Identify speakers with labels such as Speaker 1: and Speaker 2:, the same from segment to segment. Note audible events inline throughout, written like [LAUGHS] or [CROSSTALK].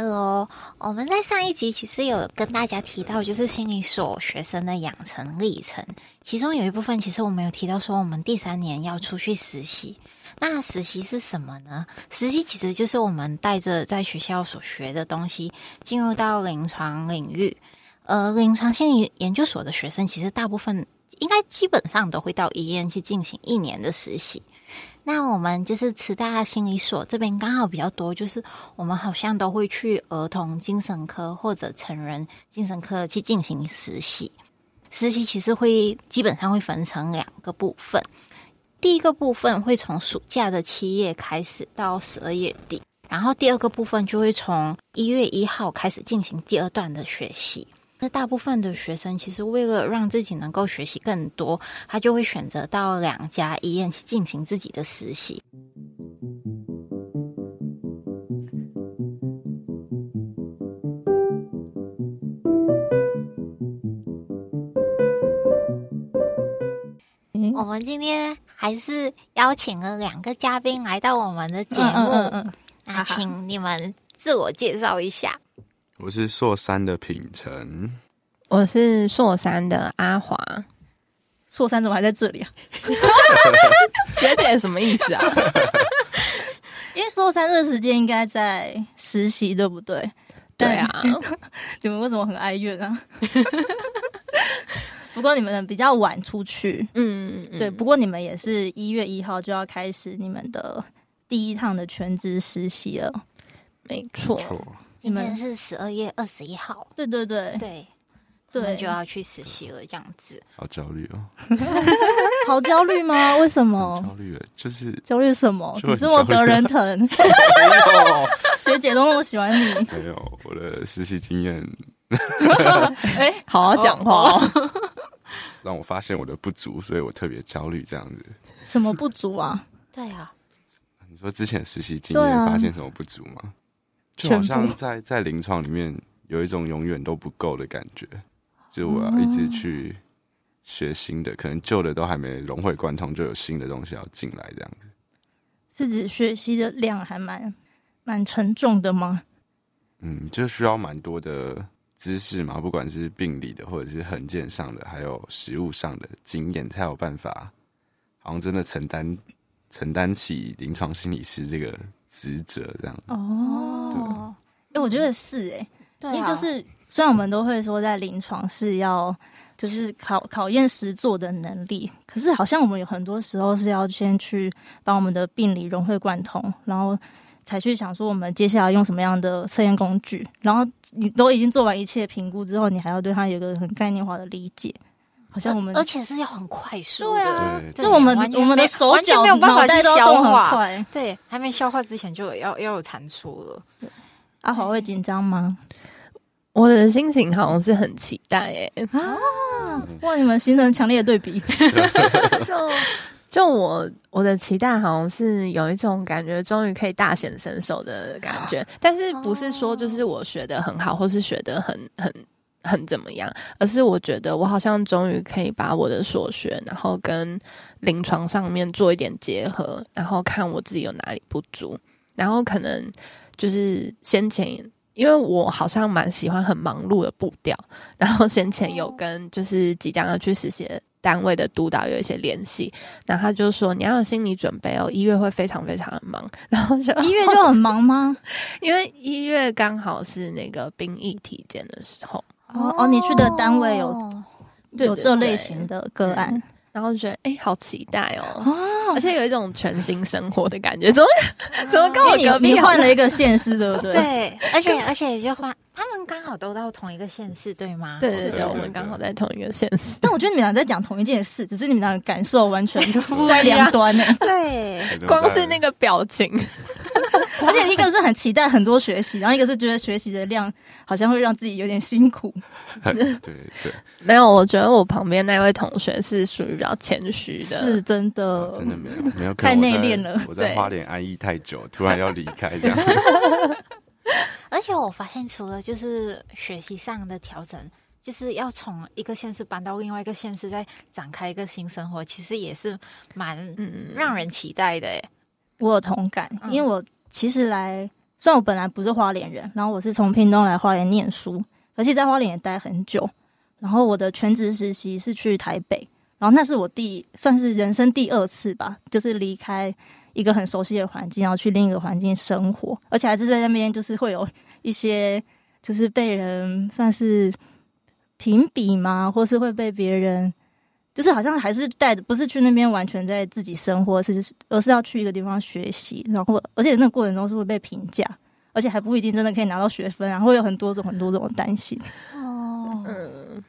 Speaker 1: Hello，我们在上一集其实有跟大家提到，就是心理所学生的养成历程，其中有一部分其实我们有提到说，我们第三年要出去实习。那实习是什么呢？实习其实就是我们带着在学校所学的东西，进入到临床领域。呃，临床心理研究所的学生，其实大部分应该基本上都会到医院去进行一年的实习。那我们就是慈大心理所这边刚好比较多，就是我们好像都会去儿童精神科或者成人精神科去进行实习。实习其实会基本上会分成两个部分，第一个部分会从暑假的七月开始到十二月底，然后第二个部分就会从一月一号开始进行第二段的学习。那大部分的学生其实为了让自己能够学习更多，他就会选择到两家医院去进行自己的实习。
Speaker 2: 嗯
Speaker 1: 我们今天还是邀请了两个嘉宾来到我们的节目，
Speaker 2: 嗯嗯
Speaker 1: 那请你们自我介绍一下。
Speaker 3: 我是硕三的品成，
Speaker 4: 我是硕三的阿华，
Speaker 2: 硕三怎么还在这里啊？
Speaker 4: 学姐什么意思啊？
Speaker 2: 因为硕三这个时间应该在实习，对不对？
Speaker 4: [LAUGHS] 对啊，
Speaker 2: 你们为什么很哀怨啊？ [LAUGHS] 不过你们比较晚出去，
Speaker 4: 嗯，
Speaker 2: 对。不过你们也是一月一号就要开始你们的第一趟的全职实习了。
Speaker 4: 没错，
Speaker 3: 错，
Speaker 1: 今
Speaker 2: 你
Speaker 1: 天
Speaker 2: 们
Speaker 1: 是十二月二十一号，
Speaker 2: 对对对啊
Speaker 1: 对，我
Speaker 2: 对，
Speaker 1: 们就要去实习了，这样子。
Speaker 3: 好焦虑哦，
Speaker 2: 好焦虑 [LAUGHS] 吗？为什么
Speaker 3: 很？焦虑耶，哦就是
Speaker 2: 焦虑什么？
Speaker 3: 就
Speaker 2: 你
Speaker 3: 很
Speaker 2: 这么得
Speaker 3: 焦虑啊
Speaker 2: 人疼， [LAUGHS] 学姐都那么喜欢你， [LAUGHS]
Speaker 3: 没有没有我的实习经验
Speaker 2: 哎、
Speaker 4: 好好讲话哦。
Speaker 3: 让我发现我的不足，所以我特别焦虑这样子。
Speaker 2: 什么不足啊？
Speaker 1: 对啊，
Speaker 3: 你说之前实习经
Speaker 2: 对
Speaker 3: 验
Speaker 2: 啊
Speaker 3: 发现什么不足吗？就
Speaker 2: 全
Speaker 3: 好
Speaker 2: 部
Speaker 3: 像在在临床里面有一种永远都不够的感觉，就我要一
Speaker 2: 啊
Speaker 3: 直去学新的，可能旧的都还没融会贯通，就有新的东西要进来这样子。
Speaker 2: 是指学习的量还蛮蛮沉重的吗？
Speaker 3: 嗯，就需要蛮多的知识嘛，不管是病理的，或者是横件上的，还有实物上的经验，才有办法，好像真的承担承担起临床心理师这个职责这样。
Speaker 2: 哦，哎、我觉得是哎、
Speaker 1: 对啊
Speaker 2: 因为就是虽然我们都会说在临床是要就是考考验实作的能力，可是好像我们有很多时候是要先去把我们的病理融会贯通，然后。才去想说我们接下来用什么样的测验工具，然后你都已经做完一切评估之后，你还要对它有一个很概念化的理解，好像我们
Speaker 1: 而且是要很快速
Speaker 2: 对
Speaker 1: 的，
Speaker 2: 啊
Speaker 3: 对，
Speaker 2: 就我们
Speaker 1: 完全
Speaker 2: 我们
Speaker 1: 没
Speaker 2: 的手
Speaker 1: 完全
Speaker 2: 脚
Speaker 1: 没有办法
Speaker 2: 脑袋
Speaker 1: 去
Speaker 2: 都要
Speaker 1: 消
Speaker 2: 动很
Speaker 1: 化
Speaker 2: 快。
Speaker 1: 对，还没消化之前就有要要有产出了。
Speaker 2: 阿华会紧张吗？
Speaker 4: 我的心情好像是很期待诶、
Speaker 2: 哇，你们形成强烈的对比，
Speaker 4: [LAUGHS] 就就我我的期待好像是有一种感觉，终于可以大显身手的感觉，但是不是说就是我学的很好，或是学的很很。很怎么样？而是我觉得我好像终于可以把我的所学，然后跟临床上面做一点结合，然后看我自己有哪里不足，然后可能就是先前，因为我好像蛮喜欢很忙碌的步调， [LAUGHS] 然后先前
Speaker 2: 哦
Speaker 4: 有跟就是即将要去实习的单位的督导有一些联系，
Speaker 2: 嗯
Speaker 4: 然后他就说你要有心理准备哦，一月会非常非常的忙， [LAUGHS] 然后
Speaker 2: [LAUGHS]
Speaker 4: 就
Speaker 2: 一月就很忙吗？
Speaker 4: 因为一月刚好是那个兵役体检的时候。
Speaker 2: 哦哦，你去的单位有
Speaker 1: 哦
Speaker 4: 对
Speaker 2: 有
Speaker 4: 对
Speaker 2: 这
Speaker 4: 对
Speaker 2: 类型的个案，
Speaker 4: 然后就觉得哎、好期待哦，而且有一种全新生活的感觉，怎么 [LAUGHS] 怎么跟我
Speaker 2: 因为
Speaker 4: 隔
Speaker 2: 你
Speaker 4: 壁
Speaker 2: 你换了
Speaker 4: 一
Speaker 2: 一个县市，对不对？
Speaker 1: 对，而且而且就换，他们刚好都到同一个县市，对吗？
Speaker 4: 对对
Speaker 3: 对
Speaker 4: 对，我
Speaker 3: 对
Speaker 4: 们
Speaker 3: 对
Speaker 4: 刚好在同一个县市，
Speaker 2: 但我觉得你们俩在讲同一件事，只是你们俩的感受完
Speaker 4: [LAUGHS]
Speaker 2: 全在两端呢、
Speaker 1: 对，
Speaker 4: 光是那
Speaker 3: 个
Speaker 4: 个表情，
Speaker 2: 而且一个是很期待很多学习，然后一个是觉得学习的量好像会让自己有点辛苦。
Speaker 3: [LAUGHS] 对
Speaker 2: [LAUGHS]
Speaker 3: 对，
Speaker 4: 没有，我觉得我旁边那位同学是属于比较谦虚的，
Speaker 2: 是真的，
Speaker 3: 哦真的没有没有，可
Speaker 2: 哦太
Speaker 3: 能我在
Speaker 2: 内敛了
Speaker 3: 我在
Speaker 4: 对
Speaker 3: 花莲安逸太久，突然要离开
Speaker 2: [LAUGHS]
Speaker 3: 这样。
Speaker 1: 而且我发现，除了就是学习上的调整，就是要从一个县市搬到另外一个县市，再展开一个新生活，其实也是蛮
Speaker 4: 嗯，
Speaker 1: 让人期待的。哎，
Speaker 2: 我有同感，
Speaker 1: 嗯
Speaker 2: 因为我其实来虽然我本来不是花莲人，然后我是从屏东来花莲念书，而且在花莲也待很久。然后我的全职实习是去台北，然后那是我第算是人生第二次吧，就是离开一个很熟悉的环境，然后去另一个环境生活，而且还是在那边就是会有一些就是被人算是评比嘛，或是会被别人。就是好像还是带着，不是去那边完全在自己生活，是而是要去一个地方学习，然后而且那个过程中是会被评价，而且还不一定真的可以拿到学分啊，然后有很多种很多种担心。
Speaker 1: 哦，
Speaker 4: 嗯，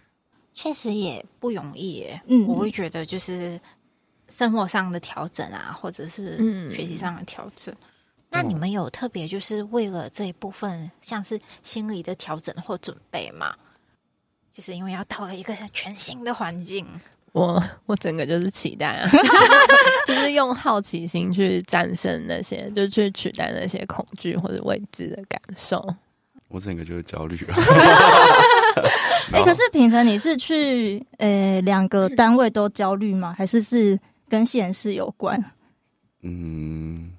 Speaker 1: 确实也不容易耶。
Speaker 2: 嗯
Speaker 1: 我会觉得就是生活上的调整啊，或者是
Speaker 4: 嗯
Speaker 1: 学习上的调整。那你们有特别就是为了这一部分，像是心理的调整或准备吗？就是因为要到了一个全新的环境，
Speaker 4: 我我整个就是期待 [LAUGHS] 啊，就是用好奇心去战胜那些，就去取代那些恐惧或者未知的感受。
Speaker 3: 我整个就是焦虑
Speaker 2: [LAUGHS]
Speaker 3: 了。 [LAUGHS]
Speaker 2: 哎、可是平常你是去呃两个单位都焦虑吗？还是是跟县市有关？
Speaker 3: 嗯，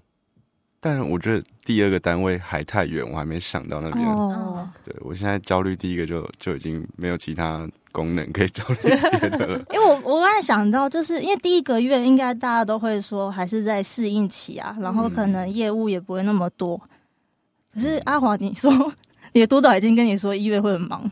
Speaker 3: 但我觉得第二个单位还太远，我还没想到那边。
Speaker 2: 哦，。
Speaker 3: 对我现在焦虑第一个就就已经没有其他功能可以焦虑别的了
Speaker 2: [LAUGHS] 因为我我刚才想到，就是因为第一个月应该大家都会说还是在适应期啊，然后可能业务也不会那么多。可是阿华，你说你的督导已经跟你说一月会很忙，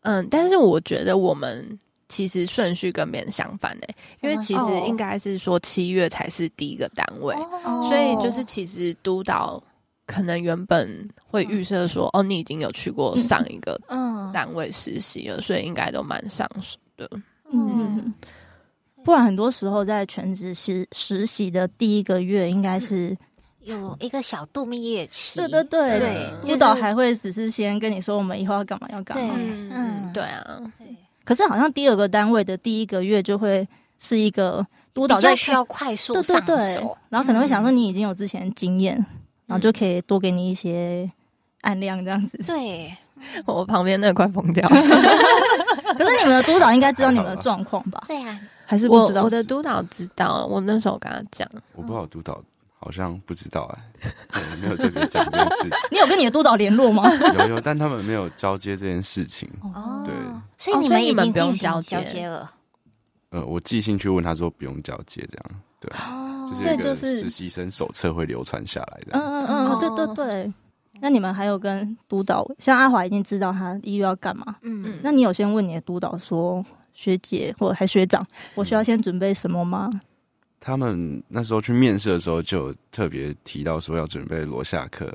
Speaker 4: 嗯，但是我觉得我们其实顺序跟别人相反诶、因为其
Speaker 1: 怎
Speaker 4: 实
Speaker 1: 么说
Speaker 4: 应该是说七月才是第一个单位，
Speaker 1: 哦
Speaker 4: 所以就是其实督导可能原本会预设说，哦，你已经有去过上一个
Speaker 1: 嗯
Speaker 4: 单位实习了，所以应该都蛮上手的。
Speaker 2: 嗯，不然很多时候在全职实实习的第一个月，应该是
Speaker 1: 嗯有一个小度蜜月期，
Speaker 2: 对对对
Speaker 1: 对，
Speaker 2: 督导还会只是先跟你说我们以后要干嘛要干嘛，
Speaker 1: 嗯嗯
Speaker 4: 对啊，
Speaker 1: 对
Speaker 2: 可是好像第二个单位的第一个月就会是一个督导
Speaker 1: 比
Speaker 2: 在
Speaker 1: 较
Speaker 2: 看
Speaker 1: 需要快速
Speaker 2: 对对
Speaker 1: 上手，
Speaker 2: 对，然后可能会想说你已经有之前的经验，然后就可以多给你一些案量这样子。
Speaker 1: 对，
Speaker 4: 我旁边那个快疯掉了，
Speaker 2: 可是你们的督导应该知道你们的状况
Speaker 1: [LAUGHS]
Speaker 2: 吧？
Speaker 1: 对呀、
Speaker 2: 还是
Speaker 4: 我
Speaker 2: 不知道
Speaker 4: 我？的督导知道，我那时候跟他讲，
Speaker 3: 我不知道
Speaker 2: 嗯
Speaker 3: 督导好像不知道哎、对没有特别讲这件事情。
Speaker 2: 你有跟你的督导联络吗？
Speaker 3: 有有，但他们没有交接这件事情。
Speaker 1: 哦，
Speaker 3: 对，
Speaker 1: 所以
Speaker 4: 哦
Speaker 1: 你
Speaker 4: 所
Speaker 1: 们
Speaker 4: 以你
Speaker 1: 已
Speaker 4: 们
Speaker 1: 经
Speaker 4: 不用
Speaker 1: 进行
Speaker 4: 交
Speaker 1: 交
Speaker 4: 接
Speaker 1: 接了，
Speaker 3: 呃，我寄信去问他说不用交接这样，对，
Speaker 1: 哦
Speaker 3: 就是
Speaker 2: 所以
Speaker 3: 一个
Speaker 2: 就是
Speaker 3: 实习生手册会流传下来
Speaker 2: [LAUGHS]
Speaker 3: 的。
Speaker 2: 嗯嗯嗯，对对对。那你们还有跟督导，像阿华已经知道他一月要干嘛，
Speaker 1: 嗯，
Speaker 2: 那你有先问你的督导说学姐或者还学长，我需要先准备什么吗？
Speaker 3: 他们那时候去面试的时候就有特别提到说要准备罗夏克，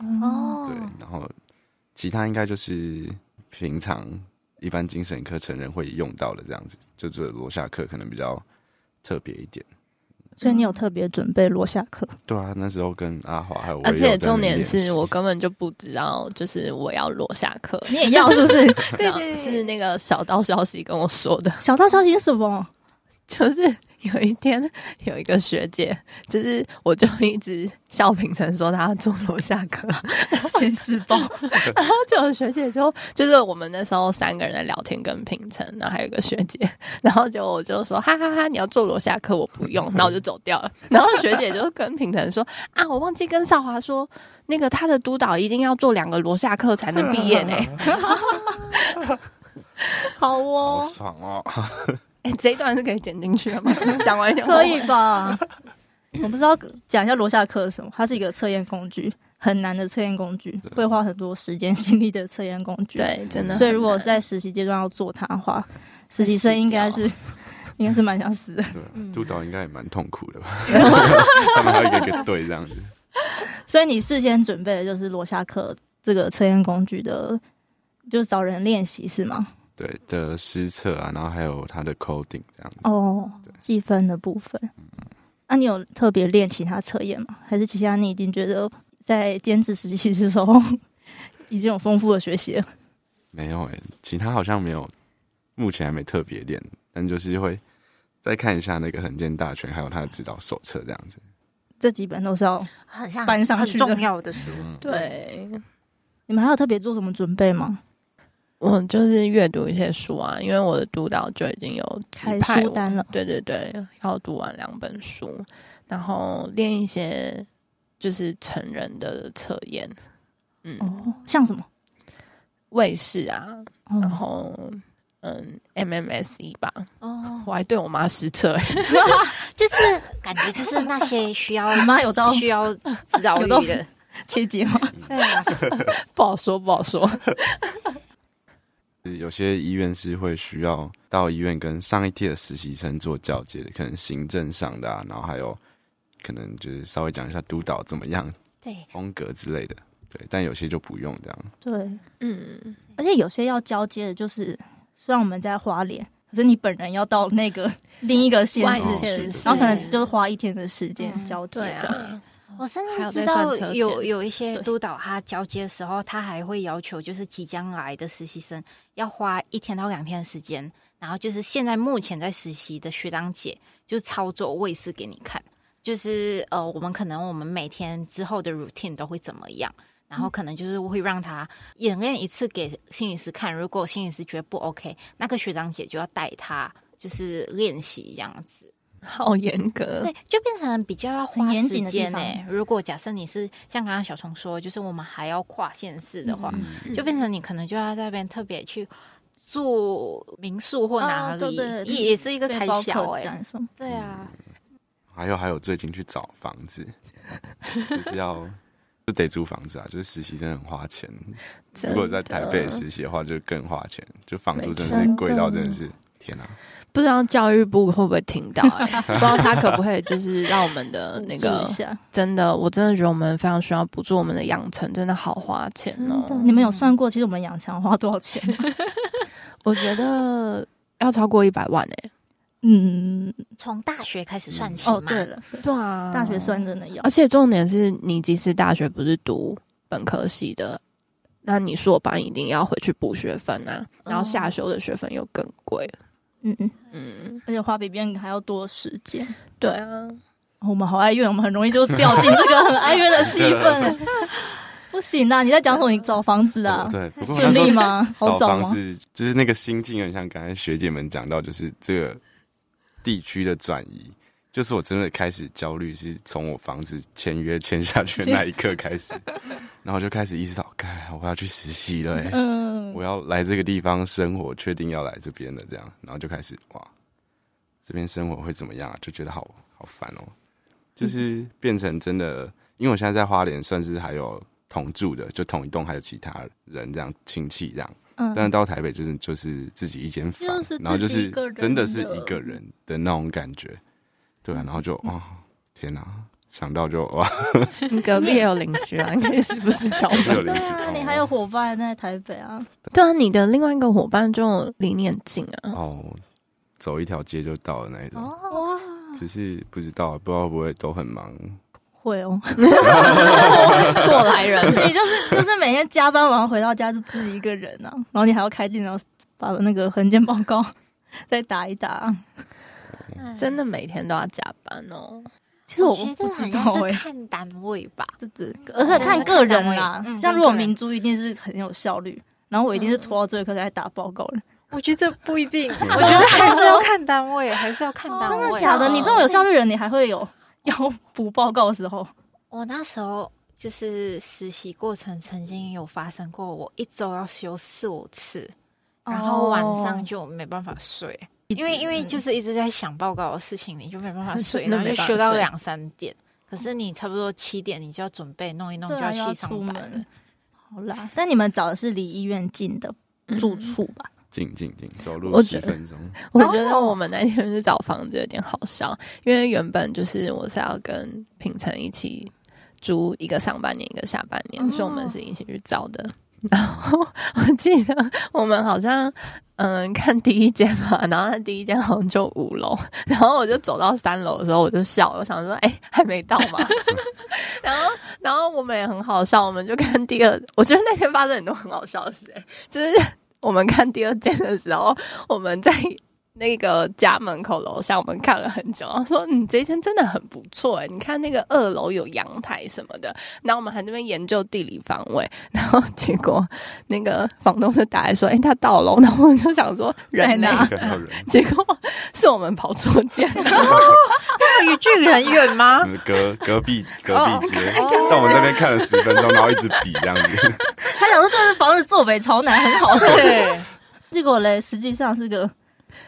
Speaker 1: 哦
Speaker 3: 对，，
Speaker 4: 嗯
Speaker 3: 然后其他应该就是平常一般精神科成人会用到的这样子，就这罗夏克可能比较特别一点。
Speaker 2: 所以你有特别准备罗夏克，
Speaker 3: 对啊，那时候跟阿华还有我也
Speaker 4: 而
Speaker 3: 有
Speaker 4: 且
Speaker 3: 在那
Speaker 4: 重
Speaker 3: 边
Speaker 4: 点
Speaker 3: 练习
Speaker 4: 是我根本就不知道，就是我要落下课，
Speaker 2: 你也要是不是？
Speaker 4: 对啊是那个小道消息跟我说的，
Speaker 2: [LAUGHS]
Speaker 4: [LAUGHS]
Speaker 2: 小道消息是什么？
Speaker 4: 就是有一天 [LAUGHS] 有一个学姐，就是我就一直笑评成说她要做罗夏克，
Speaker 2: 先施暴，
Speaker 4: 然后 [LAUGHS] 就有学姐就就是我们那时候三个人在聊天跟平成，然后还有一个学姐， [LAUGHS] 然后就我就说哈哈哈你要做罗夏克我不用，然后我就走掉了。然后学姐就跟平成说啊，我忘记跟少华说，那个他的督导一定要做两个罗夏克才能毕业
Speaker 2: [LAUGHS]
Speaker 4: 呢。
Speaker 2: [LAUGHS] 好
Speaker 3: 好
Speaker 2: 哦，
Speaker 3: 爽哦！
Speaker 4: 哎、这一段是可以剪进去的吗？ [LAUGHS] 讲完一点
Speaker 2: [LAUGHS] 可以吧？我不知道讲一下罗夏克是什么，它是一个测验工具，很难的测验工具，会花很多时间心力的测验工具。，
Speaker 4: 对，真的很难。
Speaker 2: 所以如果是在实习阶段要做它的话，实习生应该是 [LAUGHS] 应该是蛮想死的。
Speaker 3: 对，
Speaker 4: 嗯
Speaker 3: 督导应该也蛮痛苦
Speaker 4: [LAUGHS]
Speaker 3: 的吧？他们还有一个一个队这样子。
Speaker 2: 所以你事先准备的就是罗夏克这个测验工具的，就是找人练习是吗？
Speaker 3: 对的失策啊，然后还有他的 coding 这样子。
Speaker 2: 哦，计分的部分。那、你有特别练其他测验吗？还是其他你已经觉得在兼职实习的时候 [LAUGHS] 已经有丰富的学习了？
Speaker 3: 没有诶、欸其他好像没有，目前还没特别练，但就是会再看一下那个横剑大全，还有他的指导手册这样子。
Speaker 2: 这几本都是要
Speaker 1: 很像
Speaker 2: 搬上
Speaker 1: 很
Speaker 2: 去的
Speaker 1: 重要的书，
Speaker 4: 对，
Speaker 2: 你们还有特别做什么准备吗？
Speaker 4: 我就是阅读一些书啊，因为我的督导就已经有指
Speaker 2: 开
Speaker 4: 派
Speaker 2: 书
Speaker 4: 我
Speaker 2: 单了，
Speaker 4: 对对对，要读完两本书，然后练一些就是成人的测验，嗯，
Speaker 2: 哦，像什么？
Speaker 4: 卫视啊，然
Speaker 2: 哦，
Speaker 4: 后嗯，MMSE 吧，
Speaker 1: 哦，
Speaker 4: 我还对我妈实测、 [LAUGHS] 欸，
Speaker 1: 就是感觉就是那些需要
Speaker 2: [LAUGHS] 你妈有到
Speaker 1: 需要指导力
Speaker 2: [LAUGHS] 有到
Speaker 1: 的，
Speaker 2: [LAUGHS] 切结吗？
Speaker 1: 对啊，
Speaker 4: 不好说，不
Speaker 2: [LAUGHS]
Speaker 4: 好说。
Speaker 3: 有些医院是会需要到医院跟上一届的实习生做交接的，可能行政上的啊，然后还有可能就是稍微讲一下督导怎么样、
Speaker 1: 对，
Speaker 3: 风格之类的。对，但有些就不用这样。
Speaker 2: 对，
Speaker 4: 嗯，
Speaker 2: 而且有些要交接的，就是虽然我们在花莲，可是你本人要到那个另一个县
Speaker 4: 外
Speaker 2: 市，
Speaker 3: 县
Speaker 4: 线
Speaker 3: 市
Speaker 2: 然后可能就是花一天的时间
Speaker 1: 嗯
Speaker 2: 交接
Speaker 4: 对
Speaker 2: 这样。
Speaker 4: 啊，
Speaker 1: 我甚
Speaker 4: 还
Speaker 1: 至
Speaker 4: 有
Speaker 1: 知
Speaker 4: 在
Speaker 1: 道
Speaker 4: 算车
Speaker 1: 有
Speaker 4: 前
Speaker 1: 有一些
Speaker 2: 对
Speaker 1: 督导他交接的时候，他还会要求就是即将来的实习生要花一天到两天的时间，然后就是现在目前在实习的学长姐就操作卫视给你看，就是呃，我们可能我们每天之后的 routine 都会怎么样。然
Speaker 4: 嗯
Speaker 1: 后可能就是会让他演练一次给心理师看，如果心理师觉得不 OK，那个学长姐就要带他就是练习这样子。
Speaker 4: 好严格，
Speaker 1: 对，就变成比较要花
Speaker 2: 很严
Speaker 1: 时
Speaker 2: 谨的地
Speaker 1: 间呢、
Speaker 2: 方
Speaker 1: 如果假设你是像刚刚小虫说，就是我们还要跨县市的话，
Speaker 3: 嗯，
Speaker 1: 就变成你可能就要在那边特别去住民宿或哪
Speaker 2: 哦
Speaker 1: 里，
Speaker 2: 对对对
Speaker 1: 也也是一个开
Speaker 2: 背包
Speaker 1: 销
Speaker 4: 欸
Speaker 2: 客
Speaker 1: 哎、
Speaker 2: 栈什么？
Speaker 1: 对啊，
Speaker 3: 还有还有，最近去找房子，就是要就得租房子啊，就是实习真的很花钱。
Speaker 4: 真
Speaker 3: 如
Speaker 4: 的
Speaker 3: 果在台北实习的话，就更花钱，就房租真的是贵到真的是天啊！
Speaker 4: 不知道教育部会不会听到、
Speaker 3: [LAUGHS]
Speaker 4: 欸，不知道他可不可以就是让我
Speaker 2: [LAUGHS]
Speaker 4: 们的欸那
Speaker 2: 补
Speaker 4: 个
Speaker 2: 助一下
Speaker 4: 真的，我真的觉得我们非常需要补助我们的养成，真的好花钱
Speaker 2: 真
Speaker 4: 哦、
Speaker 2: 的，你们有算过其实我们养成花多少 [LAUGHS] 钱吗？
Speaker 4: 我觉得要超过一百万欸诶、
Speaker 2: 嗯，
Speaker 1: 从大学开始算起嘛。
Speaker 2: 哦，对了，对
Speaker 4: 对啊
Speaker 2: 大学算真的要
Speaker 4: 而，且重点是你即使大学不是读本科系的，那你硕班一定要回去补学分啊，
Speaker 1: 哦
Speaker 4: 然后下修的学分又更贵。
Speaker 2: 嗯嗯，
Speaker 4: 嗯，
Speaker 2: 而且花比别人还要多时间。
Speaker 4: 对啊，
Speaker 2: 哦我们好哀怨，我们很容易就掉进这个很哀怨的气
Speaker 3: [LAUGHS]
Speaker 2: 氛。不行啦，你在讲什么？你找房子啊
Speaker 3: 哦？对，不过
Speaker 2: 顺
Speaker 3: 他说
Speaker 2: 利
Speaker 3: [LAUGHS]
Speaker 2: 吗？好
Speaker 3: 找
Speaker 2: 找
Speaker 3: 房
Speaker 2: 吗？
Speaker 3: 子就是那个心境，很像刚才学姐们讲到，就是这个地区的转移。就是我真的开始焦虑，是从我房子签约签下去的那一刻开
Speaker 2: [LAUGHS]
Speaker 3: 始，然后就开始意识到，该我要去实习了、欸，
Speaker 2: 嗯，
Speaker 3: 我要来这个地方生活，确定要来这边的，这样，然后就开始哇，这边生活会怎么样啊？就觉得好好烦哦，就是变成真的，因为我现在在花莲，算是还有同住的，就同一栋还有其他人这样亲戚这样，
Speaker 2: 嗯
Speaker 3: 但是到台北就是就是自己一间房，
Speaker 2: 就是
Speaker 3: 然后就
Speaker 2: 自己
Speaker 3: 是
Speaker 2: 一个人
Speaker 3: 真的是
Speaker 2: 的嗯
Speaker 3: 一个人的那种感觉，对啊、然后就哇、天哪、想到就哇， [LAUGHS]
Speaker 4: 你隔壁也有邻居啊，你可以时不时敲
Speaker 3: 就有
Speaker 4: 门。
Speaker 3: 邻
Speaker 2: 对
Speaker 3: 居
Speaker 2: 啊，
Speaker 3: 哦
Speaker 2: 你还有伙伴在台北啊？
Speaker 4: 对啊，你的另外一个伙伴就离你很近啊。
Speaker 3: 哦，走一条街就到了那一种。
Speaker 1: 哦，
Speaker 2: 哇，
Speaker 3: 只是不知道，不知道会不会都很忙。
Speaker 2: 会 [LAUGHS] 哦，
Speaker 4: 过来人，
Speaker 2: [LAUGHS] 你就是就是每天加班完回到家就自己一个人啊，然后你还要开电脑把那个横件报告 [LAUGHS] 再打一打。
Speaker 4: 真的每天都要加班哦。
Speaker 2: 其
Speaker 1: 其
Speaker 2: 实我
Speaker 1: 嗯觉得
Speaker 2: 不知
Speaker 1: 很
Speaker 2: 道
Speaker 1: 像是
Speaker 2: 哎、
Speaker 1: 看单位吧，
Speaker 2: 对对，而且看个人啦
Speaker 1: 嗯。
Speaker 2: 像如果
Speaker 1: 看个人
Speaker 2: 明珠一定是很有效率，然后我一定是拖到最后一刻才打报告的。
Speaker 1: 我觉得不一 [LAUGHS] 定，我觉得还是要看单位，还是要看单
Speaker 2: 真
Speaker 1: 嗯位。
Speaker 2: 的假哦的？你这么有效率的人，你还会有 [LAUGHS] 要补报告的时候？
Speaker 1: 我那时候就是实习过程曾经有发生过，我一周要休四五次，然后晚
Speaker 2: 哦
Speaker 1: 上就没办法睡，因为因为
Speaker 2: 嗯
Speaker 1: 就是一直在想报告的事情，你就没办
Speaker 2: [LAUGHS]
Speaker 1: 法睡，
Speaker 4: 那
Speaker 1: 然后就
Speaker 4: 没办法
Speaker 1: 休到
Speaker 4: 睡
Speaker 1: 两三点。可是你差不多七点你就要准备弄一弄，
Speaker 2: 对
Speaker 1: 就
Speaker 2: 啊，又
Speaker 1: 去
Speaker 2: 要
Speaker 1: 上
Speaker 2: 出
Speaker 1: 班了
Speaker 2: 门。。好啦，但你们找的是离医院近的住处吧？
Speaker 3: 静静静，走路
Speaker 4: 我
Speaker 3: 十
Speaker 4: 觉得
Speaker 3: 分钟。
Speaker 4: 我觉得我们那天去找房子有点好笑，因为原本就是我是要跟平成一起租一个上半年，一个下半年，
Speaker 1: 哦
Speaker 4: 所以我们是一起去找的。然后我记得我们好像嗯看第一间嘛，然后那第一间好像就五楼，然后我就走到三楼的时候我就笑了，我想说哎、还没到嘛， [LAUGHS] 然后然后我们也很好笑，我们就看第二，我觉得那天发生很多很好笑的事、哎就是我们看第二间的时候，我们在那个家门口楼下，我们看了很久，然后说嗯，这一间真的很不错哎，你看那个二楼有阳台什么的，然后我们还在那边研究地理方位，然后结果那个房东就打来说，哎、他到楼，然后我们就想说
Speaker 2: 在
Speaker 4: 人呢？
Speaker 2: 哪
Speaker 3: 看到人，
Speaker 4: [LAUGHS] 结果是我们跑错间了，
Speaker 5: 那离距离很远
Speaker 2: 啊
Speaker 5: 吗？
Speaker 3: 隔隔壁
Speaker 2: 哦
Speaker 3: 隔壁街，但我们那边看了十分钟，然后一直比这样子。
Speaker 2: 他想说这房子坐北朝南很好，
Speaker 5: 对，
Speaker 2: 结果嘞，实际上是个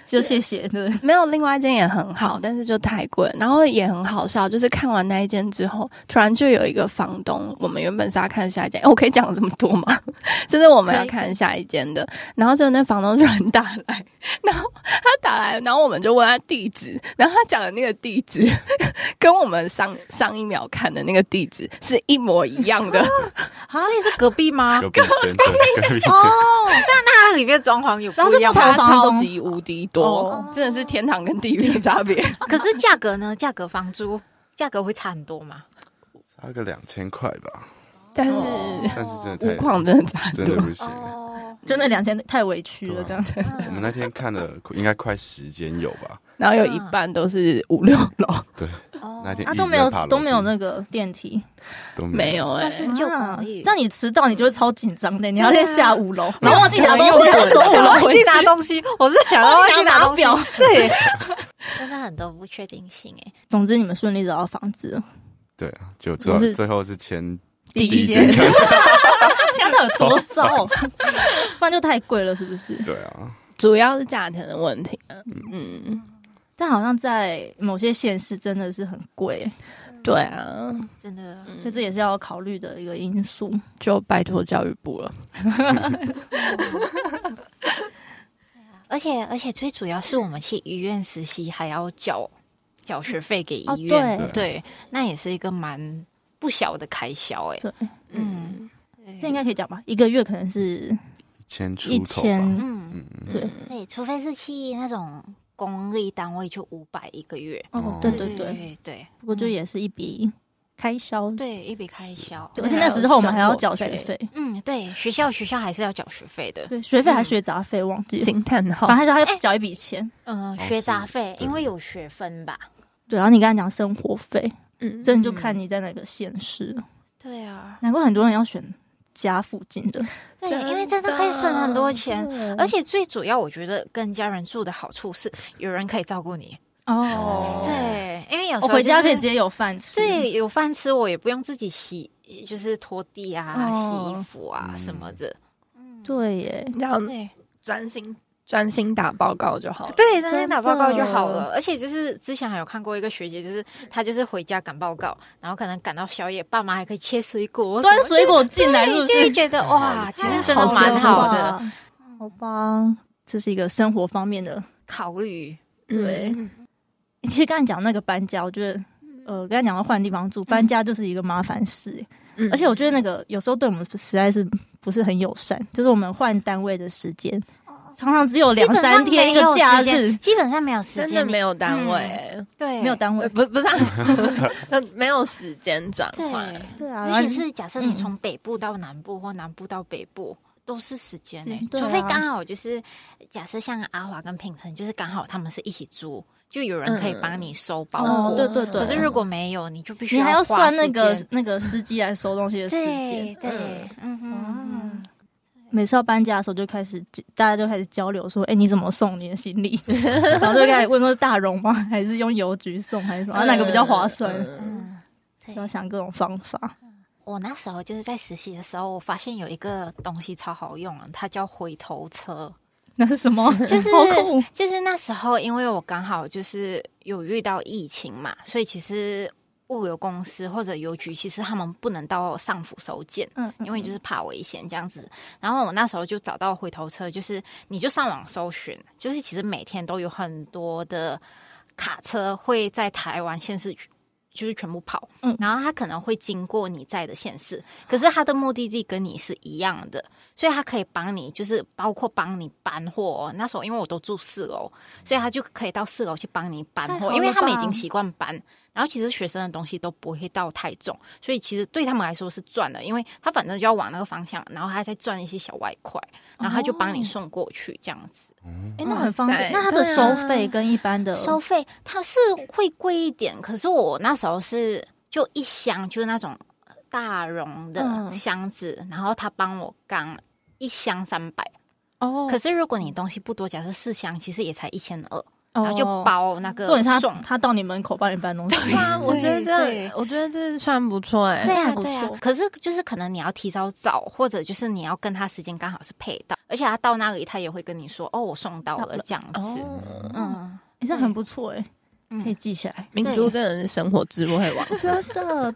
Speaker 2: 就谢谢对，
Speaker 4: [LAUGHS] 没有，另外一间也很好，但是就太贵了，然后也很好笑。就是看完那一间之后，突然就有一个房东，我们原本是要看下一间，诶我可以讲这么多吗？ [LAUGHS] 就是我们要看下一间的，然后就那房东突然打来，然后他打来，然后我们就问他地址，然后他讲的那个地址 [LAUGHS] 跟我们上上一秒看的那个地址是一模一样
Speaker 2: 哦
Speaker 4: 的，
Speaker 1: 啊
Speaker 5: 所以是隔壁
Speaker 2: 啊
Speaker 5: 吗？
Speaker 3: 隔壁间，对，隔壁
Speaker 2: 哦
Speaker 3: 间，
Speaker 5: 那它里面装潢有
Speaker 2: 然
Speaker 5: 不
Speaker 2: 后是
Speaker 5: 一样
Speaker 2: 不同
Speaker 5: 吗？
Speaker 4: 差
Speaker 2: 房东
Speaker 4: 超级无敌多，
Speaker 2: 哦
Speaker 4: 真的是天堂跟地狱的差别。
Speaker 1: [LAUGHS] 可是价格呢？价格房租价格会差很多吗？
Speaker 3: 差个两千块吧，
Speaker 4: [LAUGHS] 但是
Speaker 2: 哦
Speaker 3: 但是真
Speaker 4: 无
Speaker 3: 的
Speaker 4: 框
Speaker 3: 太
Speaker 4: 真的差很
Speaker 3: 真
Speaker 4: 多
Speaker 3: 的。不行。
Speaker 1: 哦，
Speaker 2: 就那两千太委屈了这样子。
Speaker 3: 我 [LAUGHS] 们那天看了应该快十间有吧，
Speaker 4: 然后有一半都是五六楼，
Speaker 3: 对，那天
Speaker 2: 啊，
Speaker 3: 一
Speaker 2: 都
Speaker 3: 直
Speaker 2: 没
Speaker 3: 在
Speaker 2: 有
Speaker 3: 爬楼梯
Speaker 2: 都没有那个电梯，
Speaker 3: 都
Speaker 4: 没有哎、
Speaker 1: 但是就
Speaker 2: 啊
Speaker 1: 可以
Speaker 2: 这样你迟到你就会超紧张的，你要先下五楼，然后忘记拿东西，
Speaker 4: 因为我
Speaker 2: 走五楼
Speaker 5: 忘
Speaker 2: 回
Speaker 5: 记
Speaker 2: 去
Speaker 5: 拿东西，我是想到忘记拿东西
Speaker 2: 忘记拿，
Speaker 5: 对，
Speaker 1: 真的很多不确定性哎。
Speaker 2: 总之你们顺利找到房子了，
Speaker 3: 对啊，就最后
Speaker 2: 不是
Speaker 3: 最后是签
Speaker 2: 第
Speaker 3: 第
Speaker 2: 一
Speaker 3: 一
Speaker 2: 间
Speaker 3: 间，，
Speaker 2: [LAUGHS] 签的有多糟，啊不然就太贵了，是不是？
Speaker 3: 对啊，
Speaker 4: 主要是价钱的问题、啊。嗯，
Speaker 2: 但好像在某些县市真的是很贵，
Speaker 4: 对啊，
Speaker 1: 真的，
Speaker 2: 所以这也是要考虑的一个因素。
Speaker 4: 就拜托教育部了。
Speaker 1: 而且而且最主要是我们去医院实习还要缴缴学费给
Speaker 2: 哦
Speaker 1: 医院，
Speaker 2: 对
Speaker 1: 对，那也是一个蛮不小的开销哎。
Speaker 2: 对，
Speaker 1: 嗯，
Speaker 2: 这应该可以讲吧？一个月可能是
Speaker 3: 签出
Speaker 2: 一
Speaker 3: 头吧，
Speaker 2: 千，
Speaker 1: 嗯，
Speaker 2: 对，
Speaker 1: 对，除非是去那种公立单位，就五百一个月。
Speaker 2: 哦
Speaker 3: 哦，
Speaker 2: 对
Speaker 1: 对
Speaker 2: 对对，
Speaker 1: 对对
Speaker 2: 不过就也是一笔开销，
Speaker 1: 对，一笔开销。
Speaker 2: 而且那时候我们还要缴学
Speaker 4: 生活
Speaker 2: 费，
Speaker 1: 嗯，对，学校学校还是要缴学费的。
Speaker 2: 对，学费还
Speaker 1: 嗯
Speaker 2: 学杂费，忘记了，
Speaker 4: 惊叹号
Speaker 2: 反正！还是要缴一笔钱。
Speaker 1: 嗯，
Speaker 3: 哦
Speaker 1: 学杂
Speaker 3: 是
Speaker 1: 费，
Speaker 3: 对
Speaker 1: 因为有学分吧。
Speaker 2: 对，然后你刚才讲生活费，
Speaker 4: 嗯，
Speaker 2: 真的就看你在哪个县市了。
Speaker 1: 对啊，
Speaker 2: 难怪很多人要选家附近的，
Speaker 1: 对，
Speaker 4: 真
Speaker 1: 因为真的可以省很多钱，
Speaker 2: 嗯
Speaker 1: 而且最主要，我觉得跟家人住的好处是有人可以照顾你。
Speaker 2: 哦，
Speaker 1: 对，因为有时
Speaker 2: 我
Speaker 1: 候、
Speaker 2: 回家可以直。接有饭吃。
Speaker 1: 对，有饭吃，我也不用自己洗，就是拖地啊、洗
Speaker 2: 哦
Speaker 1: 衣服啊什么的。
Speaker 2: 嗯对耶，
Speaker 4: 然后
Speaker 1: 对，
Speaker 4: 专心专心打报告就好了。
Speaker 1: 对，在那边打
Speaker 2: 真
Speaker 1: 报告就
Speaker 2: 的
Speaker 1: 好了。而且就是之前还有看过一个学姐，就是她就是回家赶报告，然后可能赶到宵夜，爸妈还可以切水果，
Speaker 2: 端水果进来
Speaker 1: 什
Speaker 2: 是
Speaker 1: 么
Speaker 2: 不
Speaker 1: 的，就会
Speaker 2: 是？
Speaker 1: 觉得哇，其实真的
Speaker 2: 好
Speaker 1: 蛮
Speaker 2: 生
Speaker 1: 好
Speaker 2: 活
Speaker 1: 的
Speaker 2: 啊，好吧。这是一个生活方面的，
Speaker 1: 考虑。
Speaker 2: 对。
Speaker 4: 嗯
Speaker 2: 其实刚才讲那个搬家，我觉得，
Speaker 1: 嗯
Speaker 2: 呃，刚才讲到换地方住，搬家就是一个麻烦事、
Speaker 4: 嗯，
Speaker 2: 而且我觉得那个有时候对我们实在是不是很友善，就是我们换单位的时间，常常只有
Speaker 1: 哦基
Speaker 2: 两
Speaker 1: 本
Speaker 2: 三
Speaker 1: 上
Speaker 2: 天
Speaker 1: 没
Speaker 2: 一个
Speaker 1: 有
Speaker 2: 假
Speaker 1: 时
Speaker 2: 日
Speaker 1: 间，，基本上没有时
Speaker 4: 真
Speaker 1: 间
Speaker 4: 的
Speaker 1: 你，
Speaker 4: 没有单位、
Speaker 1: 对，
Speaker 2: 没有单
Speaker 4: 呃
Speaker 2: 位。
Speaker 4: 不不是、啊，呃没有时间转
Speaker 1: 对
Speaker 4: 换。
Speaker 2: 对啊，
Speaker 1: 尤
Speaker 2: 然
Speaker 1: 其
Speaker 2: 后
Speaker 1: 是假设你
Speaker 2: 嗯
Speaker 1: 从北部到南部或南部到北部。都是时间呢、
Speaker 2: 嗯对啊
Speaker 1: 除非刚好就是假设像阿华跟品成，就是刚好他们是一起租，就有人可以帮你收包
Speaker 2: 哦
Speaker 1: 裹。
Speaker 2: 对对对
Speaker 1: 可是如果没有，你就必须
Speaker 2: 你还要
Speaker 1: 要花
Speaker 2: 算那
Speaker 1: 时
Speaker 2: 个
Speaker 1: 间
Speaker 2: 那个司机来收东西的时
Speaker 1: 对
Speaker 2: 间。
Speaker 1: 对，嗯哼，
Speaker 2: 每次要搬家的时候，就开始大家就开始交流说：“哎、你怎么送你的行李？” [LAUGHS] 然后就开始问说：“是大容吗？还是用邮局送？还是什么？啊哪个比较划算？”
Speaker 1: 嗯，对
Speaker 2: 就要想各种方法。
Speaker 1: 我那时候就是在实习的时候，我发现有一个东西超好用啊，它叫回头车。
Speaker 2: 那是什么？
Speaker 1: 就是
Speaker 2: 好酷
Speaker 1: 就是那时候，因为我刚好就是有遇到疫情嘛，所以其实物流公司或者邮局其实他们不能到上府收件，
Speaker 2: 嗯，
Speaker 1: 因为就是怕危险这样子。然后我那时候就找到回头车，就是你就上网搜寻，就是其实每天都有很多的卡车会在台湾县市。就是全部跑，
Speaker 2: 嗯
Speaker 1: 然后它可能会经过你在的县市，可是它的目的地跟你是一样的，所以它可以帮你，就是包括帮你搬货、哦。那时候因为我都住四楼，所以他就可以到四楼去帮你搬
Speaker 2: 太好
Speaker 1: 货，
Speaker 2: 了
Speaker 1: 因为他们已
Speaker 2: 吧
Speaker 1: 经习惯搬，然后其实学生的东西都不会到太重，所以其实对他们来说是赚的，因为他反正就要往那个方向，然后他再赚一些小外快，然后他就帮你送过去这样子。
Speaker 2: 哎，那很方
Speaker 4: 哇塞
Speaker 2: 便。那它的
Speaker 1: 对啊
Speaker 2: 收费跟一般的
Speaker 1: 收费它是会贵一点，可是我那时候是就一箱就是那种大容的
Speaker 2: 嗯
Speaker 1: 箱子，然后他帮我刚一箱三百，
Speaker 4: 哦
Speaker 1: 可是如果你东西不多，假设四箱，其实也才一千二，
Speaker 2: 哦
Speaker 1: 然后就包那个
Speaker 2: 重点是他
Speaker 1: 送。
Speaker 2: 他到你门口帮你搬东西，
Speaker 4: 对啊，我觉得
Speaker 5: 对
Speaker 4: 这，我觉得这算不错哎、
Speaker 1: 对啊，
Speaker 4: 算不
Speaker 1: 对啊
Speaker 4: 错。
Speaker 1: 可是就是可能你要提早找，或者就是你要跟他时间刚好是配到，而且他到那里他也会跟你说：“哦，我送到
Speaker 2: 到
Speaker 1: 了
Speaker 2: 了
Speaker 1: 这样子。
Speaker 4: 哦，
Speaker 1: 嗯，
Speaker 2: 诶这样很不错哎，
Speaker 1: 嗯
Speaker 2: 可以记起
Speaker 1: [LAUGHS]
Speaker 2: 来。
Speaker 4: 明珠真的是生活智慧王，
Speaker 2: 真的，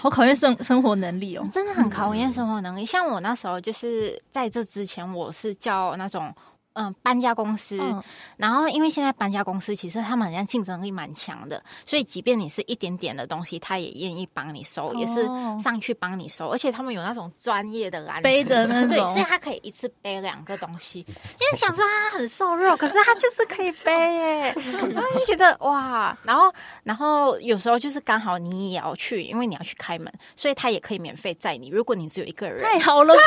Speaker 2: 好考验生生活能力哦。
Speaker 1: 真的很考验生活能力。像我那时候就是在这之前，我是叫那种嗯搬家公司，
Speaker 2: 嗯
Speaker 1: 然后因为现在搬家公司其实他们好像竞争力蛮强的，所以即便你是一点点的东西，他也愿意帮你收，也是
Speaker 2: 哦
Speaker 1: 上去帮你收，而且他们有那种专业的篮子
Speaker 2: 背着那
Speaker 1: 对，所以
Speaker 2: 种，
Speaker 1: 他可以一次背两个东西，就是想说他很瘦弱，可是他就是可以背耶，然后就觉得哇，然后然后有时候就是刚好你也要去，因为你要去开门，所以他也可以免费载你。如果你只有一个人，
Speaker 2: 太好了吧？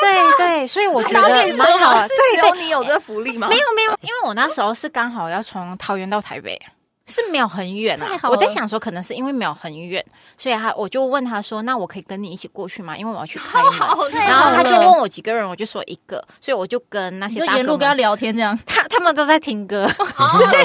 Speaker 1: 对对对，所以我觉得
Speaker 2: 还要练车
Speaker 1: 蛮好
Speaker 2: 吗
Speaker 4: 啊
Speaker 1: 的，对对，
Speaker 4: 你有这福利
Speaker 2: 哦
Speaker 4: 吗
Speaker 1: 没有没有，因为我那时候是刚好要从桃园到台北，是没有很远
Speaker 2: 太
Speaker 1: 啊。
Speaker 2: 好了
Speaker 1: 我在想说，可能是因为没有很远，所以他我就问他说：“那我可以跟你一起过去吗？因为我要去开门。”
Speaker 2: 太
Speaker 1: 然
Speaker 2: 好
Speaker 1: 后他就
Speaker 2: 了
Speaker 1: 问我几个人，我就说一个，所以我就跟那
Speaker 2: 你
Speaker 1: 些
Speaker 2: 就
Speaker 1: 大
Speaker 2: 沿
Speaker 1: 哥
Speaker 2: 路跟他
Speaker 1: 们，
Speaker 2: 聊天这样，
Speaker 1: 他他们都在听歌，
Speaker 2: [LAUGHS] 这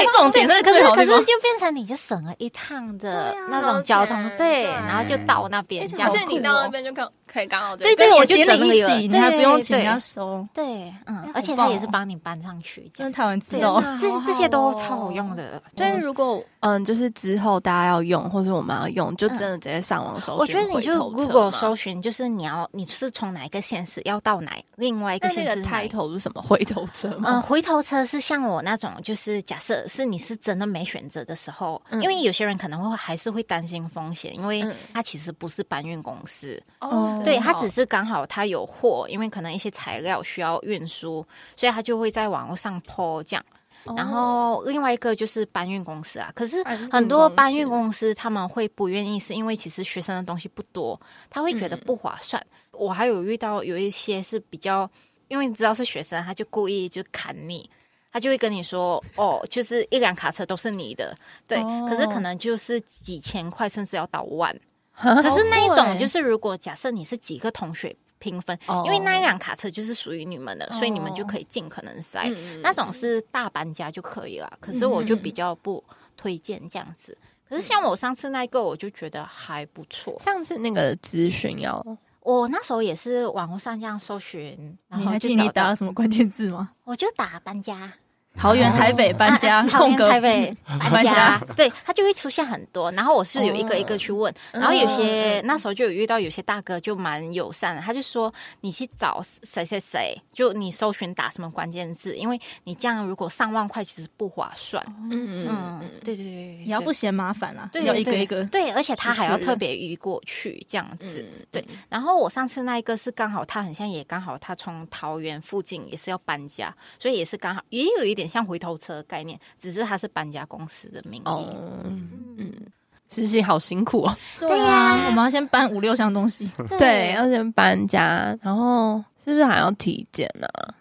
Speaker 2: 是重点，那
Speaker 1: [LAUGHS] 可
Speaker 2: 最
Speaker 1: 是
Speaker 2: 好
Speaker 1: 可
Speaker 2: 的地方
Speaker 1: 是就变成你就省了一趟的
Speaker 2: 对啊
Speaker 1: 那种交通
Speaker 4: 超，钱
Speaker 1: 对，
Speaker 4: 对
Speaker 1: 然后就到那边
Speaker 2: 而且
Speaker 1: 这
Speaker 2: 好
Speaker 1: 样
Speaker 4: 而
Speaker 1: 子，
Speaker 4: 且你到那边就可可以刚好
Speaker 1: 对对
Speaker 2: 跟
Speaker 1: 我
Speaker 2: 你
Speaker 1: 就
Speaker 2: 行
Speaker 1: 整
Speaker 2: 李
Speaker 1: 理
Speaker 2: 一
Speaker 1: 了
Speaker 2: 起，你还
Speaker 1: 对
Speaker 2: 不用请人家
Speaker 1: 对
Speaker 2: 收，
Speaker 1: 对，嗯
Speaker 2: 哎，
Speaker 1: 而且
Speaker 2: 好棒
Speaker 1: 他也是
Speaker 2: 哦
Speaker 1: 帮你搬上去，这
Speaker 2: 真
Speaker 1: 样
Speaker 2: 的台哦湾知
Speaker 1: 对啊
Speaker 2: 道。
Speaker 1: 这些这些都超好用的，
Speaker 4: 所以如果嗯，就是之后大家要用，或是我们要用，就真的直接上网搜寻
Speaker 1: 我觉得你
Speaker 4: 回
Speaker 1: 就
Speaker 4: 头车
Speaker 1: Google
Speaker 4: 吗
Speaker 1: 搜寻，就是你要你是从哪一个县市要到哪另外一个
Speaker 4: 那那
Speaker 1: 县
Speaker 4: 个
Speaker 1: 市哪一
Speaker 4: title 是什么？回头车吗？
Speaker 1: 嗯，回头车是像我那种，就是假设是你是真的没选择的时候，
Speaker 4: 嗯
Speaker 1: 因为有些人可能会还是会担心风险，因为
Speaker 4: 嗯
Speaker 1: 它其实不是搬运公司，
Speaker 2: 哦
Speaker 1: 对，它
Speaker 4: 他
Speaker 1: 只是刚好它有货，因为可能一些材料需要运输，所以它就会在网络上 po 这样。然后另外一个就是搬运公司啊，可是
Speaker 4: 哦搬运
Speaker 1: 很多
Speaker 4: 公
Speaker 1: 搬运
Speaker 4: 司
Speaker 1: 公司他们会不愿意，是因为其实学生的东西不多，他会觉得
Speaker 4: 嗯
Speaker 1: 不划算。我还有遇到有一些是比较，因为你知道是学生，他就故意就砍你。他就会跟你说：“哦，就是一辆卡车都是你的，对。
Speaker 2: 哦
Speaker 1: 可是可能就是几千块，甚至要到
Speaker 4: [LAUGHS]
Speaker 1: 万。
Speaker 4: 可
Speaker 1: 可是那一
Speaker 2: 好贵
Speaker 1: 种就是，如果假设你是几个同学平分，
Speaker 4: 哦
Speaker 1: 因为那一辆卡车就是属于你们的，所以你们
Speaker 2: 哦
Speaker 1: 就可以尽可能塞。
Speaker 4: 嗯
Speaker 1: 那种是大搬家就可以了。可是我就比较不推荐这样子。可
Speaker 4: 嗯
Speaker 1: 是像我上次那个，我就觉得还不错。
Speaker 4: 上次那个咨询要
Speaker 1: 我那时候也是网络上这样搜寻，然
Speaker 2: 你
Speaker 1: 后
Speaker 2: 还
Speaker 1: 就
Speaker 2: 记得
Speaker 1: 找
Speaker 2: 你打
Speaker 1: 到
Speaker 2: 了，什么关键字吗？
Speaker 1: 我就打搬家，
Speaker 2: 桃园、台北搬家，
Speaker 1: 啊啊桃
Speaker 2: 空
Speaker 1: 园、
Speaker 2: 格
Speaker 1: 台北搬
Speaker 2: [LAUGHS] 搬
Speaker 1: 家
Speaker 2: 家，
Speaker 1: 对，它就会出现很多。然后我是有一个
Speaker 4: 哦
Speaker 1: 一个去问，然后有些
Speaker 4: 嗯
Speaker 1: 那时候就有遇到有些大哥就蛮友善的，他就说你去找谁谁谁，就你搜寻打什么关键字，因为你这样如果上万块其实不划算。
Speaker 4: 嗯
Speaker 1: 嗯，对对对对，
Speaker 2: 你要
Speaker 1: 对
Speaker 2: 不嫌麻烦啦，
Speaker 1: 对
Speaker 2: 要一个一个。
Speaker 1: 对，而且他还要
Speaker 2: 去
Speaker 1: 特别移过去这样子。
Speaker 4: 嗯
Speaker 1: 对，然后我上次那一个是刚好他很像也刚好他从桃园附近也是要搬家，所以也是刚好也有一点像回头车的概念，只是他是搬家公司的名义。
Speaker 4: 哦，嗯，实习好辛苦哦。
Speaker 1: 对啊呀、
Speaker 2: 我们要先搬五六箱东西，
Speaker 4: [LAUGHS] 对，要先搬家，然后是不是还要体检啊呢？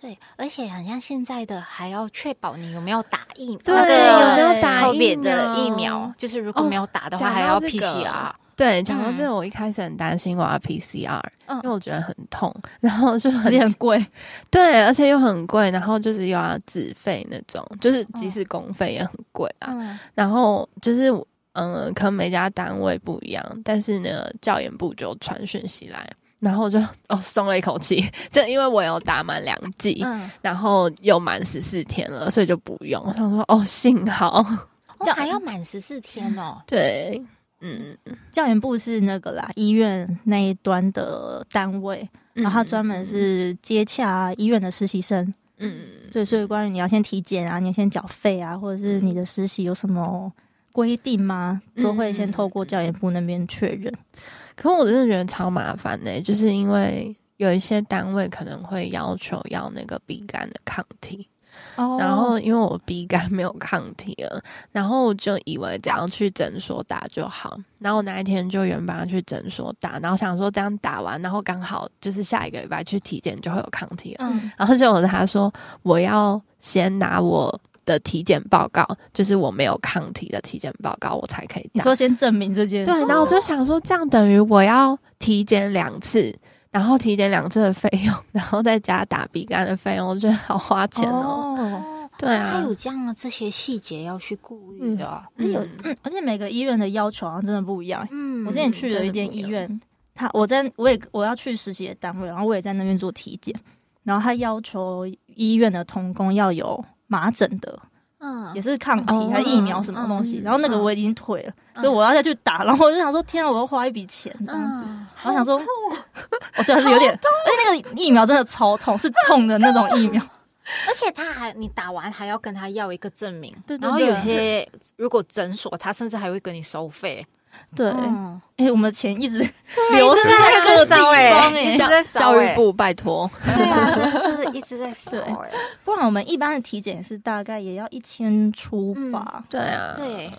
Speaker 1: 对，而且好像现在的还要确保你有没有打疫
Speaker 4: 对
Speaker 1: 那
Speaker 4: 有
Speaker 1: 个
Speaker 4: 没有打
Speaker 1: 特
Speaker 4: 疫
Speaker 1: 别的疫苗
Speaker 4: 苗，
Speaker 1: 就是如果没有打的话，
Speaker 4: 哦
Speaker 1: 还要
Speaker 4: 讲到这个
Speaker 1: PCR。
Speaker 4: 对，讲到这，我一开始很担心我要 PCR，、
Speaker 1: 嗯
Speaker 4: 因为我觉得很痛，然后就
Speaker 2: 而
Speaker 4: 很
Speaker 2: 且很贵，
Speaker 4: 对，而且又很贵，然后就是又要自费那种，就是
Speaker 2: 哦
Speaker 4: 即使公费也很贵啊。
Speaker 1: 嗯，
Speaker 4: 然后就是嗯，可能每家单位不一样，但是呢，教研部就传讯息来，然后我就哦松了一口气，就因为我有打满两剂，
Speaker 1: 嗯，
Speaker 4: 然后又满十四天了，所以就不用。我想说哦，幸好 [LAUGHS]
Speaker 1: 哦，还要满十四天哦。
Speaker 4: 对，嗯，
Speaker 2: 教研部是那个啦，医院那一端的单位，然后它专门是接洽医院的实习生，
Speaker 4: 嗯
Speaker 2: 对，所以关于你要先体检啊，你要先缴费啊，或者是你的实习有什么规定吗？都会先透过教研部那边确认。
Speaker 4: 可我真的欸觉得超麻烦呢、就是因为有一些单位可能会要求要那个乙肝的抗体，
Speaker 2: 哦
Speaker 4: 然后因为我鼻肝没有抗体了，然后我就以为只要去诊所打就好。然后我那一天就原本要去诊所打，然后想说这样打完，然后刚好就是下一个礼拜去体检就会有抗体了。
Speaker 2: 嗯，
Speaker 4: 然后结果他说我要先拿我的体检报告，就是我没有抗体的体检报告，我才可以
Speaker 2: 你
Speaker 4: 打。
Speaker 2: 说先证明这件事，
Speaker 4: 对，然后我就想说，这样等于我要体检两次，然后体检两次的费用， [LAUGHS] 然后再加打鼻肝的费用，我觉得好花钱哦。
Speaker 2: 哦，
Speaker 4: 对
Speaker 1: 还
Speaker 4: 啊
Speaker 1: 有，这样的这些细节要去顾虑的啊。
Speaker 2: 这有
Speaker 4: 嗯
Speaker 2: 而且每个医院的要求好像真的不一样。
Speaker 1: 嗯
Speaker 2: 我之前去了一间医院，他我在我也我要去实习的单位，然后我也在那边做体检，然后他要求医院的童工要有麻疹的，
Speaker 1: 嗯
Speaker 2: 也是抗体
Speaker 4: 哦
Speaker 2: 还是疫苗什么东西，
Speaker 4: 嗯嗯
Speaker 2: 然后那个我已经退了，所以我要再去打，然后我就想说，天啊，我要花一笔钱这样子，
Speaker 1: 嗯，
Speaker 2: 然后想说，我觉得是有点，而且那个疫苗真的超痛，是痛的那种疫苗，
Speaker 1: 而且他还你打完还要跟他要一个证明，
Speaker 2: 对对
Speaker 5: 然后
Speaker 2: 对
Speaker 5: 有
Speaker 1: 嗯
Speaker 5: 些如果诊所，他甚至还会跟你收费，
Speaker 2: 对，
Speaker 1: 嗯
Speaker 2: 哎，我们的钱一直流失在
Speaker 5: 一
Speaker 2: 各
Speaker 5: 直
Speaker 2: 地
Speaker 5: 在烧欸
Speaker 2: 方
Speaker 5: 一
Speaker 2: 哎
Speaker 5: 直。
Speaker 4: 教
Speaker 5: 在扫
Speaker 4: 教育
Speaker 5: 欸
Speaker 4: 部拜托，
Speaker 1: 对啊，真的是一直在扫
Speaker 2: 对
Speaker 1: 哎。
Speaker 2: 不然我们一般的体检是大概也要一千出吧。
Speaker 4: 对啊，
Speaker 1: 对，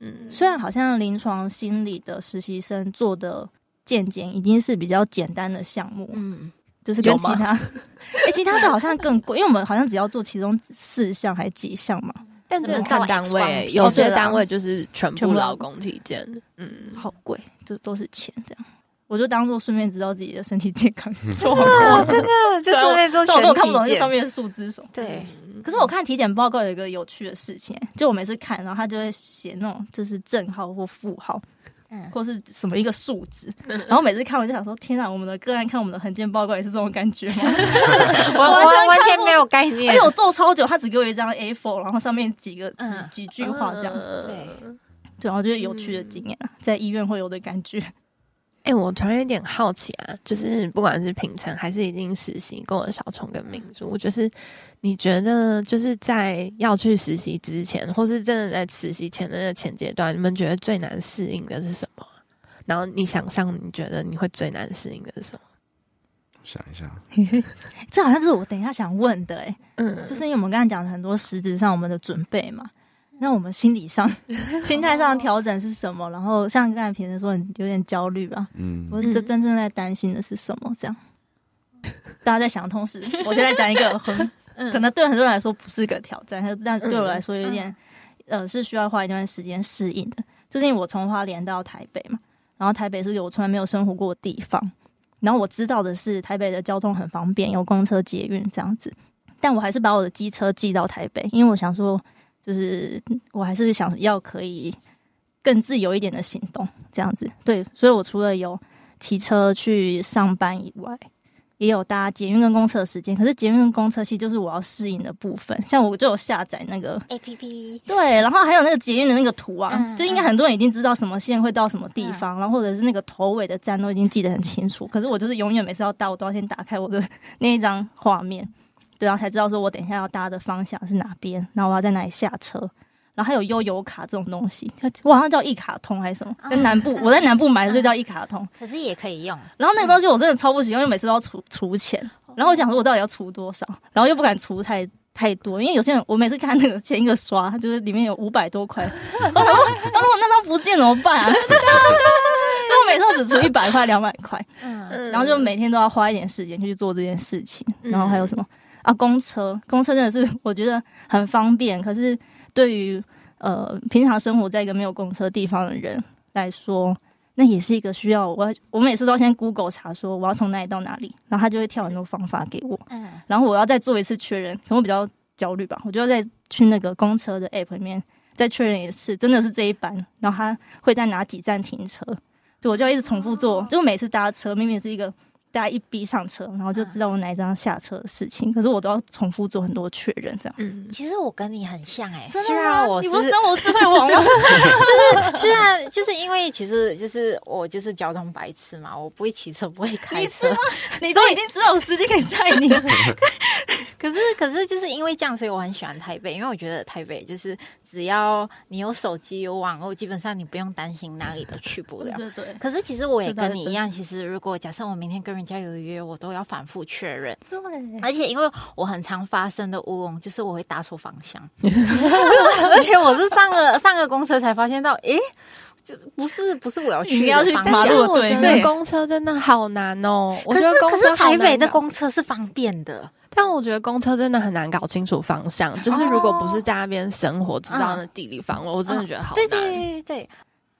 Speaker 4: 嗯，
Speaker 2: 虽然好像临床心理的实习生做的健检已经是比较简单的项目，
Speaker 1: 嗯，
Speaker 2: 就是跟
Speaker 4: 有
Speaker 2: 其
Speaker 4: 吗
Speaker 2: [LAUGHS] 他，哎、其他的好像更贵，因为我们好像只要做其中四项还几项嘛，
Speaker 4: 但是
Speaker 2: 怎么
Speaker 4: 看
Speaker 2: 照
Speaker 4: 单
Speaker 2: X 光
Speaker 4: 位
Speaker 2: 片，
Speaker 4: 有
Speaker 2: 哦对
Speaker 4: 些
Speaker 2: 啦
Speaker 4: 单位就是全
Speaker 2: 全
Speaker 4: 部
Speaker 2: 部
Speaker 4: 劳工体检，嗯，
Speaker 2: 好贵，就都是钱这样。我就当做顺便知道自己的身体健康状
Speaker 5: 哦
Speaker 2: 况，
Speaker 5: 真的就
Speaker 2: 虽然
Speaker 5: 是
Speaker 2: 我
Speaker 5: 那种
Speaker 2: 虽然我
Speaker 5: 全
Speaker 2: 根本看不懂
Speaker 5: 体
Speaker 2: 这上
Speaker 5: 检，
Speaker 2: 面的数字是什么。
Speaker 1: 对，
Speaker 4: 嗯
Speaker 2: 可是我看体检报告有一个有趣的事情、就我每次看，然后他就会写那种就是正号或负号，
Speaker 1: 嗯
Speaker 2: 或是什么一个数值，然后每次看我就想说，天哪，啊我们的个案看我们的横件报告也是这种感觉吗？
Speaker 1: [LAUGHS]
Speaker 5: 我
Speaker 2: 完全
Speaker 5: 我完
Speaker 2: 看哎
Speaker 5: 全
Speaker 2: 不
Speaker 5: 没有概
Speaker 2: 因
Speaker 5: 念
Speaker 2: 为。我做超久，他只给我一张 A4，然后上面几个几
Speaker 1: 嗯
Speaker 2: 几句话这样，
Speaker 4: 嗯
Speaker 1: 对
Speaker 2: 对，然后就是有趣的经验啊，在医院会有的感觉。 [LAUGHS]
Speaker 4: 哎、我突然有点好奇啊，就是不管是平常还是已经实习过的小虫跟明珠，就是你觉得就是在要去实习之前，或是真的在实习前的那个前阶段，你们觉得最难适应的是什么？啊然后你想象你觉得你会最难适应的是什么？
Speaker 3: 想一下，
Speaker 2: 这好像就是我等一下想问的、欸，
Speaker 4: 嗯，
Speaker 2: 就是因为我们刚才讲的很多实质上我们的准备嘛，
Speaker 1: 嗯
Speaker 2: 那我们心
Speaker 1: [LAUGHS]
Speaker 2: 理上、心态
Speaker 1: 哦
Speaker 2: 上的调整是什么？然后像刚才平时说，你有点焦虑吧？
Speaker 3: 嗯，
Speaker 2: 我这
Speaker 4: 嗯
Speaker 2: 真正在担心的是什么？这样，大家在想的同时，我现在讲一个很可能对很多人来说不是个挑战，但对我来说有点、呃是需要花一段时间适应的。就是因为我从花莲到台北嘛，然后台北是我从来没有生活过的地方，然后我知道的是台北的交通很方便，有公车、捷运这样子，但我还是把我的机车寄到台北，因为我想说，就是我还是想要可以更自由一点的行动这样子。对，所以我除了有骑车去上班以外，也有搭捷运跟公车的时间。可是捷运跟公车其实就是我要适应的部分，像我就有下载那个。
Speaker 1: A P P，
Speaker 2: 对，然后还有那个捷运的那个图啊，
Speaker 1: 嗯
Speaker 2: 就应该很多人已经知道什么线会到什么地方，然后或者是那个头尾的站都已经记得很清楚。可是我就是永远每次要搭，我都要先打开我的 [LAUGHS] 那一张画面，对，啊然后才知道说我等一下要搭的方向是哪边，然后我要在哪里下车。然后还有悠游卡这种东西，我好像叫一卡通还是什么，在南
Speaker 1: 哦
Speaker 2: 部，我在南部买的
Speaker 1: 嗯
Speaker 2: 就叫一卡通。
Speaker 1: 可是也可以用，
Speaker 2: 然后那个东西我真的超不喜欢，因为每次都要除除钱，然后我想说我到底要除多少，然后又不敢除太太多，因为有些人我每次看那个前一个刷，就是里面有五百多块， [LAUGHS] 我想说，啊如果那张不见怎么办啊？ [LAUGHS] 所以我每次都只除一百块、两百块，
Speaker 1: 嗯
Speaker 2: 然后就每天都要花一点时间去做这件事情。
Speaker 4: 嗯
Speaker 2: 然后还有什么啊？公车，公车真的是 [LAUGHS] 我觉得很方便，可是对于呃平常生活在一个没有公车地方的人来说，那也是一个需要我要我每次都先 Google 查说我要从哪里到哪里，然后他就会跳很多方法给我，
Speaker 1: 嗯
Speaker 2: 然后我要再做一次确认，可能我比较焦虑吧，我就要再去那个公车的 app 里面再确认一次，真的是这一班，然后他会在哪几站停车，就我就要一直重复做，就每次搭车明明是一个大家一逼上车，然后就知道我哪一张下车的事情，可是我都要重复做很多确认，这样。
Speaker 4: 嗯，
Speaker 1: 其实我跟你很像哎、
Speaker 2: 真的
Speaker 1: 虽
Speaker 2: 吗
Speaker 1: 然我
Speaker 2: 你
Speaker 1: 是 [LAUGHS]
Speaker 2: 不是生活智慧王 [LAUGHS] 吗？
Speaker 1: 虽然就是因为其实就是我就是交通白痴嘛，我不会骑车，不会开车。
Speaker 2: 你都已经知道有司机可以载你，可
Speaker 1: 可是可是就是因为这样，所以我很喜欢台北，因为我觉得台北就是只要你有手机有网络，基本上你不用担心哪里都去不
Speaker 2: 对
Speaker 1: 了。
Speaker 2: 对对，
Speaker 1: 可是其实我也
Speaker 2: 这倒是
Speaker 1: 跟你一样，其实如果假设我明天跟人家有约，我都要反复确认。
Speaker 2: 对
Speaker 1: 而且因为我很常发生的乌龙，就是我会打错方向， [LAUGHS] 就是而且我是上了上了公车才发现到，诶、这不是不是我要去
Speaker 2: 你要
Speaker 1: 的
Speaker 2: 去
Speaker 1: 方
Speaker 2: 马
Speaker 4: 但
Speaker 1: 向
Speaker 4: 是
Speaker 2: 路的
Speaker 4: 我觉
Speaker 2: 对
Speaker 4: 得
Speaker 1: 面
Speaker 4: 公车真的好难哦、我
Speaker 1: 可
Speaker 4: 觉得
Speaker 1: 是
Speaker 4: 公
Speaker 1: 可
Speaker 4: 车
Speaker 1: 是台北的
Speaker 4: 好难搞
Speaker 1: 公车是方便的，
Speaker 4: 但我觉得公车真的很难搞清楚方向，就是如果不是在那边生活，知道
Speaker 1: 哦嗯
Speaker 4: 那地理方位，我真的觉得好
Speaker 1: 对对
Speaker 4: 难。
Speaker 1: 对对，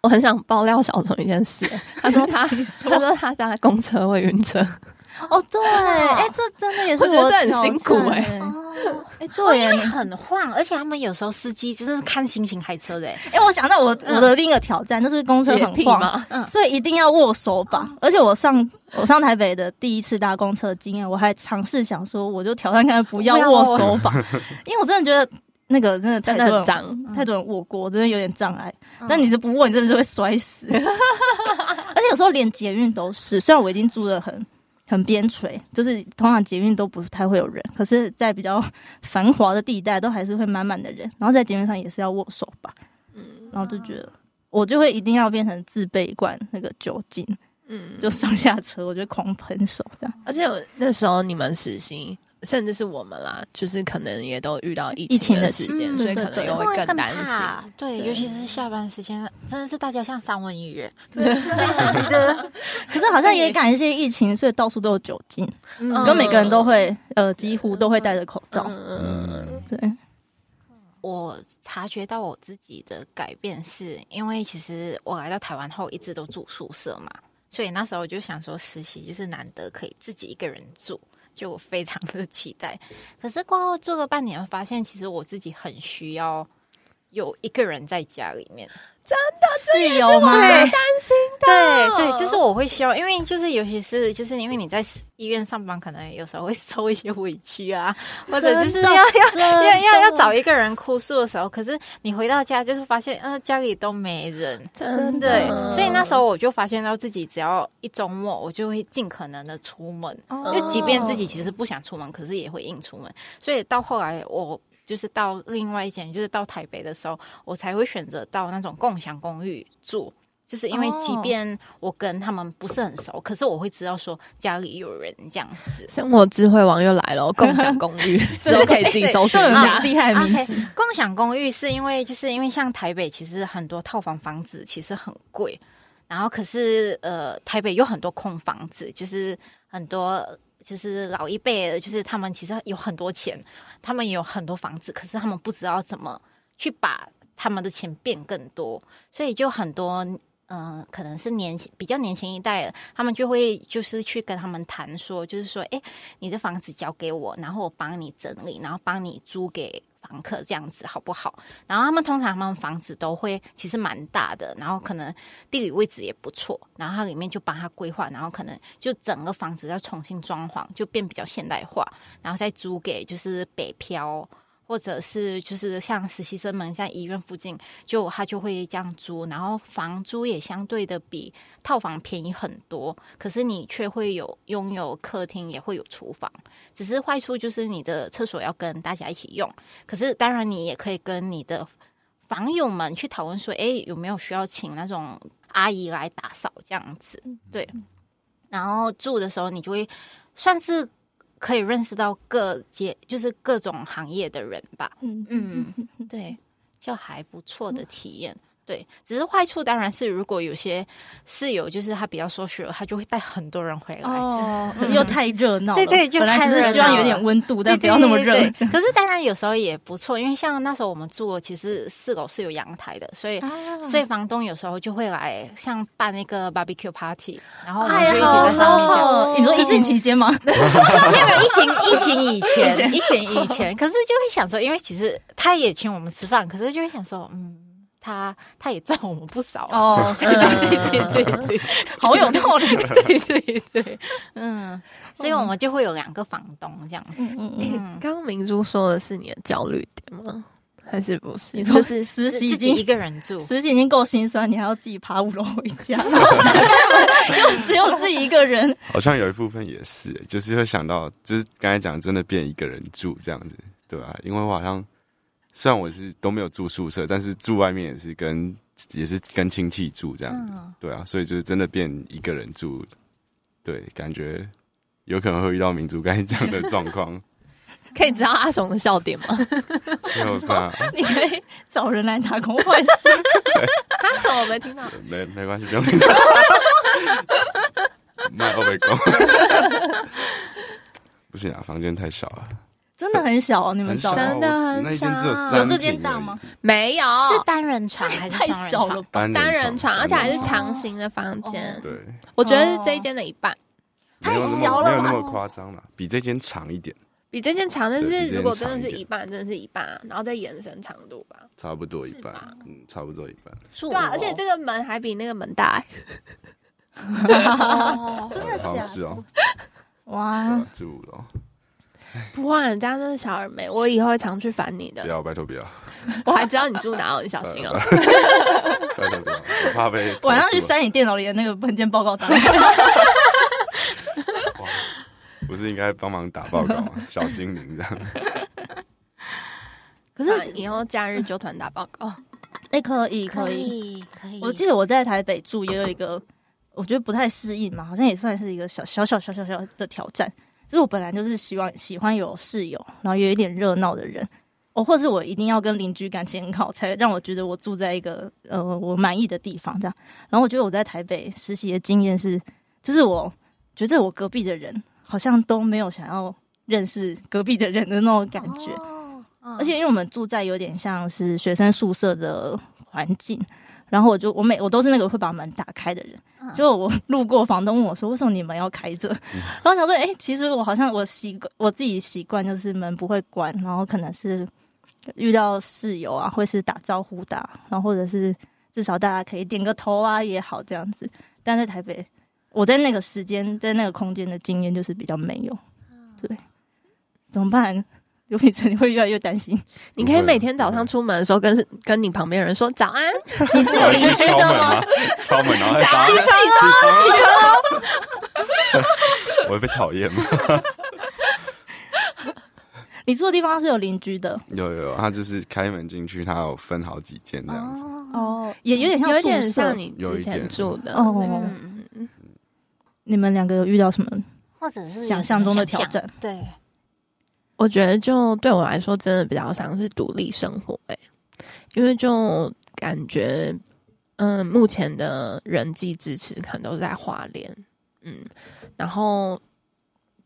Speaker 4: 我很想爆料小虫一件 [LAUGHS] 事，他说他他说他搭公车会晕 [LAUGHS] 车，
Speaker 2: [LAUGHS] 哦对，哎，这真的也是
Speaker 4: 我觉得
Speaker 2: 我
Speaker 4: 这很
Speaker 2: 挑
Speaker 4: 辛苦
Speaker 2: 战
Speaker 4: 哎
Speaker 1: 哦，
Speaker 2: 哎
Speaker 1: 对，
Speaker 2: 对
Speaker 1: 因
Speaker 2: 耶
Speaker 1: 为，很晃，而且他们有时候司机真的是看心情开车的欸，
Speaker 2: 哎，我想到我我的另一个挑战就是公车
Speaker 4: 嗯洁
Speaker 2: 很
Speaker 4: 癖
Speaker 2: 晃，
Speaker 4: 嘛，嗯
Speaker 2: 所以一定要握手吧。而且我上我上台北的第一次搭公车经验，我还尝试想说，我就挑战看看不要
Speaker 1: 不要
Speaker 2: 握
Speaker 1: 握
Speaker 2: 手吧，因为我真的觉得那个真的
Speaker 4: 真
Speaker 2: 太
Speaker 4: 的
Speaker 2: 多
Speaker 4: 很
Speaker 2: 人
Speaker 4: 脏。
Speaker 2: 太多人握过，我真的有点障碍。但你这不握，你真的是会摔死。 [LAUGHS] 而且有时候连捷运都是，虽然我已经住的很。很边陲，就是通常捷运都不太会有人，可是，在比较繁华的地带，都还是会满满的人。然后在捷运上也是要握手吧，
Speaker 4: 嗯
Speaker 2: 然后就觉得我就会一定要变成自备一罐那个酒精，
Speaker 4: 嗯，
Speaker 2: 就上下车我就狂喷手这样。
Speaker 4: 而且我那时候你们实习，甚至是我们啦，就是可能也都遇到疫
Speaker 2: 疫情
Speaker 4: 的
Speaker 2: 的
Speaker 4: 时
Speaker 2: 事
Speaker 4: 间，
Speaker 2: 嗯
Speaker 4: 所
Speaker 2: 对
Speaker 4: 以可能
Speaker 2: 对
Speaker 4: 又会更担心。
Speaker 1: 怕，对，
Speaker 2: 对
Speaker 1: 尤其是下班时间，真的是大家像三文鱼欸，
Speaker 2: 可是好像也感谢疫情，所以到处都有酒精，
Speaker 4: 嗯
Speaker 1: 嗯
Speaker 2: 跟每个人都会呃几乎都会戴着口罩。
Speaker 3: 嗯，
Speaker 2: 对，
Speaker 1: 我察觉到我自己的改变是，因为其实我来到台湾后一直都住宿舍嘛，所以那时候我就想说实习就是难得可以自己一个人住，就我非常的期待。 [LAUGHS] 可是过后住了半年，发现其实我自己很需要有一个人在家里面。
Speaker 2: 是有吗？
Speaker 1: 对
Speaker 4: 心
Speaker 1: 对对，就是我会需要，因为就是尤其是就是因为你在医院上班，可能有时候会受一些委屈啊，或者就是要要
Speaker 2: 要
Speaker 1: 要要要找一个人哭诉的时候，可是你回到家就是发现，呃，家里都没人。
Speaker 4: 真
Speaker 2: 真
Speaker 1: 对
Speaker 2: 的，
Speaker 1: 所以那时候我就发现到自己，只要一周末，我就会尽可能的出门，
Speaker 2: 哦
Speaker 1: 就即便自己其实不想出门，可是也会硬出门。所以到后来，我就是到另外一间，就是到台北的时候，我才会选择到那种共享公寓住。就是因为，即
Speaker 2: 哦
Speaker 1: 便我跟他们不是很熟，可是我会知道说家里有人这样子。
Speaker 4: 生活智慧王又来了，共享公 [LAUGHS] 寓之后可以自己搜
Speaker 2: 都
Speaker 4: 寻
Speaker 1: 嗯
Speaker 2: 有很
Speaker 4: 一下。
Speaker 2: 厉害的名
Speaker 1: OK，
Speaker 2: 字，
Speaker 1: 共享公寓是因为就是因为像台北其实很多套房房子其实很贵，然后可是呃台北有很多空房子，就是很多就是老一辈的，就是他们其实有很多钱，他们也有很多房子，可是他们不知道怎么去把他们的钱变更多，所以就很多。嗯、可能是年轻比较年轻一代的，他们就会就是去跟他们谈说，就是说，哎、你的房子交给我，然后我帮你整理，然后帮你租给房客，这样子好不好？然后他们通常他们房子都会其实蛮大的，然后可能地理位置也不错，然后它里面就帮他规划，然后可能就整个房子要重新装潢，就变比较现代化，然后再租给就是北漂。或者是就是像实习生们在医院附近，就他就会这样租，然后房租也相对的比套房便宜很多，可是你却会有拥有客厅，也会有厨房。只是坏处就是你的厕所要跟大家一起用，可是当然你也可以跟你的房友们去讨论说，诶，有没有需要请那种阿姨来打扫这样子？对，然后住的时候你就会算是可以认识到各界，就是各种行业的人吧。
Speaker 2: 嗯
Speaker 1: 嗯，
Speaker 2: [LAUGHS]
Speaker 1: 对，就还不错的体验。对，只是坏处当然是，如果有些室友就是他比较 social，他就会带很多人回来。
Speaker 2: 哦
Speaker 1: 嗯，
Speaker 2: 又太热闹了，
Speaker 1: 对对就
Speaker 2: 本来只
Speaker 1: 太
Speaker 2: 是
Speaker 1: 热
Speaker 2: 希望
Speaker 1: 闹
Speaker 2: 有
Speaker 1: 了
Speaker 2: 点温度，
Speaker 1: 对
Speaker 2: 但不要那么热。
Speaker 1: 对对对可是当然有时候也不错，因为像那时候我们住，其实四楼是有阳台的，所以、
Speaker 2: 啊
Speaker 1: 所以房东有时候就会来像办那个 barbecue party，然后我们
Speaker 2: 哎
Speaker 1: 嗯就
Speaker 2: 呀，
Speaker 1: 一起
Speaker 2: 好
Speaker 1: 在上面
Speaker 2: 好
Speaker 1: 讲。嗯
Speaker 2: 好，你说疫情期间吗？
Speaker 1: 没有没有，疫情疫情以前，疫情以前，可是就会想说，因为其实他也请我们吃饭，可是就会想说，嗯，他他也赚我们不少、啊、哦。
Speaker 2: 哦，是
Speaker 4: 嗯
Speaker 2: 的，
Speaker 1: 对对 [LAUGHS] 对，
Speaker 2: 好有道理。
Speaker 1: 对对对，嗯，所以我们就会有两个房东这样。
Speaker 2: 嗯嗯嗯，
Speaker 1: 嗯，
Speaker 4: 刚刚明珠说的是你的焦虑点吗？还是不是？
Speaker 1: 嗯
Speaker 2: 你
Speaker 4: 就
Speaker 2: 说
Speaker 4: 是
Speaker 2: 实
Speaker 5: 自
Speaker 2: 习已
Speaker 5: 自己
Speaker 2: 经
Speaker 5: 一个人住，
Speaker 2: 实习已经够心酸，你还要自己爬五楼回
Speaker 1: [LAUGHS]
Speaker 2: 家，然后又只有自己一个人，
Speaker 3: 好像有一部分也是，欸就是会想到，就是刚才讲，真的变一个人住这样子，对啊，因为我好像虽然我是都没有住宿舍，但是住外面也是跟也是跟亲戚住这样子，
Speaker 1: 嗯，
Speaker 3: 对啊，所以就是真的变一个人住，对，感觉有可能会遇到民族刚才讲
Speaker 2: [LAUGHS]
Speaker 3: 的状况，
Speaker 4: [LAUGHS] 可以知道阿雄的笑点吗？
Speaker 3: 就
Speaker 2: [LAUGHS]
Speaker 3: 是啊，
Speaker 2: 你可以找人来打工换宿。
Speaker 4: 阿雄我没听到，
Speaker 3: 没没关
Speaker 2: [LAUGHS]
Speaker 3: 系，不用。卖欧美工，不行啊，房间太少了。
Speaker 2: 真的很小、哦，你们
Speaker 3: 很
Speaker 2: 找
Speaker 3: 少，
Speaker 2: 的
Speaker 4: 真的
Speaker 3: 我
Speaker 4: 很
Speaker 3: 那一间只有
Speaker 4: 少
Speaker 3: 三
Speaker 2: 有这
Speaker 3: 平
Speaker 2: 间大
Speaker 3: 而已
Speaker 2: 吗？
Speaker 4: [LAUGHS] 没有，
Speaker 1: 是单人床还是
Speaker 2: 太
Speaker 1: 双人
Speaker 2: 小了
Speaker 1: 床？
Speaker 2: 吧？
Speaker 3: 单
Speaker 4: 单人床，而且还是
Speaker 3: 单人
Speaker 4: 长形的房间。
Speaker 3: 对，
Speaker 4: 我觉得是这一间的一半，
Speaker 3: 没有那么
Speaker 2: 太小了吧
Speaker 3: 没有那么夸张了，比这间长一点，
Speaker 4: 比这间长，但
Speaker 3: 对比这
Speaker 4: 是
Speaker 3: 间
Speaker 4: 如果真的是
Speaker 3: 长一点
Speaker 4: 一半，真的是一半，然后再延伸长度吧。
Speaker 3: 差不多一
Speaker 4: 是
Speaker 3: 半
Speaker 4: 吧，
Speaker 3: 嗯，差不多一半。
Speaker 1: 住
Speaker 4: 对啊，而且这个门还比那个门大欸。
Speaker 3: [LAUGHS]
Speaker 2: 真的
Speaker 3: 好
Speaker 2: 假的？
Speaker 3: 像
Speaker 2: 嗯
Speaker 3: 是哦，对
Speaker 2: 哇
Speaker 3: 吧，住五楼，
Speaker 4: 不过人家都是小而美，我以后会常去烦你
Speaker 3: 不
Speaker 4: 的。
Speaker 3: 要，拜托不要，
Speaker 4: 我还知道你住哪哦，你小
Speaker 3: [LAUGHS]
Speaker 4: 心哦。
Speaker 3: 拜托不要，我怕被投诉
Speaker 2: 晚上去删你电脑里的那个文件报告档。 [LAUGHS]
Speaker 3: 哇不是应该帮忙打报告吗？小精灵
Speaker 2: [LAUGHS]
Speaker 3: 这样，
Speaker 2: 可
Speaker 4: 不
Speaker 2: 是
Speaker 3: 啊
Speaker 4: 然以后假日纠团打报告，
Speaker 2: 哎、可以
Speaker 1: 可。以可以，
Speaker 2: 我记得我在台北住也有一个，我觉得不太适应嘛，好像也算是一个小小小小小小的挑战。就是我本来就是希望喜欢有室友，然后有一点热闹的人，哦，或是我一定要跟邻居感情很好，才让我觉得我住在一个呃我满意的地方这样。然后我觉得我在台北实习的经验是，就是我觉得我隔壁的人好像都没有想要认识隔壁的人的那种感觉，
Speaker 1: 哦嗯
Speaker 2: 而且因为我们住在有点像是学生宿舍的环境，然后我就我每我都是那个会把门打开的人，就我 [LAUGHS] 路过房东问我说为什么你们要开着，然后想说哎、诶其实我好像我习惯我自己习惯就是门不会关，然后可能是遇到室友啊，会是打招呼的啊，然后或者是至少大家可以点个头啊也好这样子，但在台北。我在那个时间，在那个空间的经验就是比较没有，对，怎么办？刘品成，你会越来越担心。
Speaker 4: 你可以每天早
Speaker 3: 啊
Speaker 4: 上出门的时候跟跟你旁边的人说早安，
Speaker 2: 你是有邻居
Speaker 3: 敲
Speaker 2: 的
Speaker 3: 门
Speaker 2: 吗
Speaker 3: 吗？？敲门，然后再打，起床， [LAUGHS] 我会被讨厌吗？
Speaker 2: [LAUGHS]
Speaker 3: [LAUGHS]
Speaker 2: 你住的地方是有邻居的
Speaker 3: 有有有，他就是开门进去，他有分好几间这样子，
Speaker 2: 哦，也有点像
Speaker 4: 有
Speaker 2: 宿
Speaker 4: 点
Speaker 2: 舍
Speaker 4: 像。你
Speaker 3: 有
Speaker 4: 之
Speaker 3: 一
Speaker 4: 前
Speaker 3: 点
Speaker 4: 住的
Speaker 2: 哦
Speaker 4: 那个嗯嗯
Speaker 2: 你们两个有遇到什么
Speaker 1: 或者是有
Speaker 2: 想象中的
Speaker 1: 什
Speaker 2: 挑
Speaker 1: 么想
Speaker 2: 战？
Speaker 1: 象，对，
Speaker 4: 我觉得就对我来说，真的比较像是独立生活、欸，因为就感觉，嗯，目前的人际支持可能都是在花莲，嗯，然后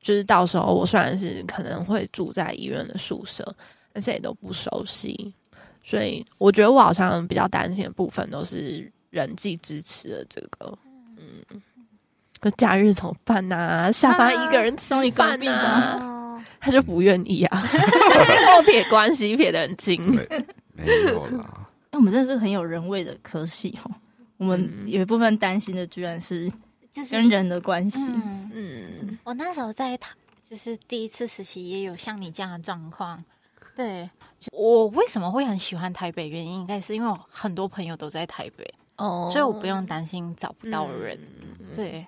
Speaker 4: 就是到时候我虽然是可能会住在医院的宿舍，但是也都不熟悉，所以我觉得我好像比较担心的部分都是人际支持的这个，嗯。那假日怎么办呐、下班一个人吃
Speaker 2: 终于隔
Speaker 4: 饭
Speaker 2: 壁
Speaker 4: 呐、
Speaker 2: 的
Speaker 1: 哦，
Speaker 4: 他就不愿意啊，他现在跟我撇关系撇得很近。
Speaker 3: 没没有啦，
Speaker 2: 哎，我们真的是很有人味的科系哦。我们
Speaker 4: 嗯
Speaker 2: 有一部分担心的，居然是
Speaker 1: 就是
Speaker 2: 跟人的关系。
Speaker 1: 嗯，
Speaker 4: 嗯，
Speaker 1: 我那时候在台，就是第一次实习，也有像你这样的状况。对，就我为什么会很喜欢台北？原因应该是因为我很多朋友都在台北，
Speaker 4: 哦嗯
Speaker 1: 所以我不用担心找不到人。对，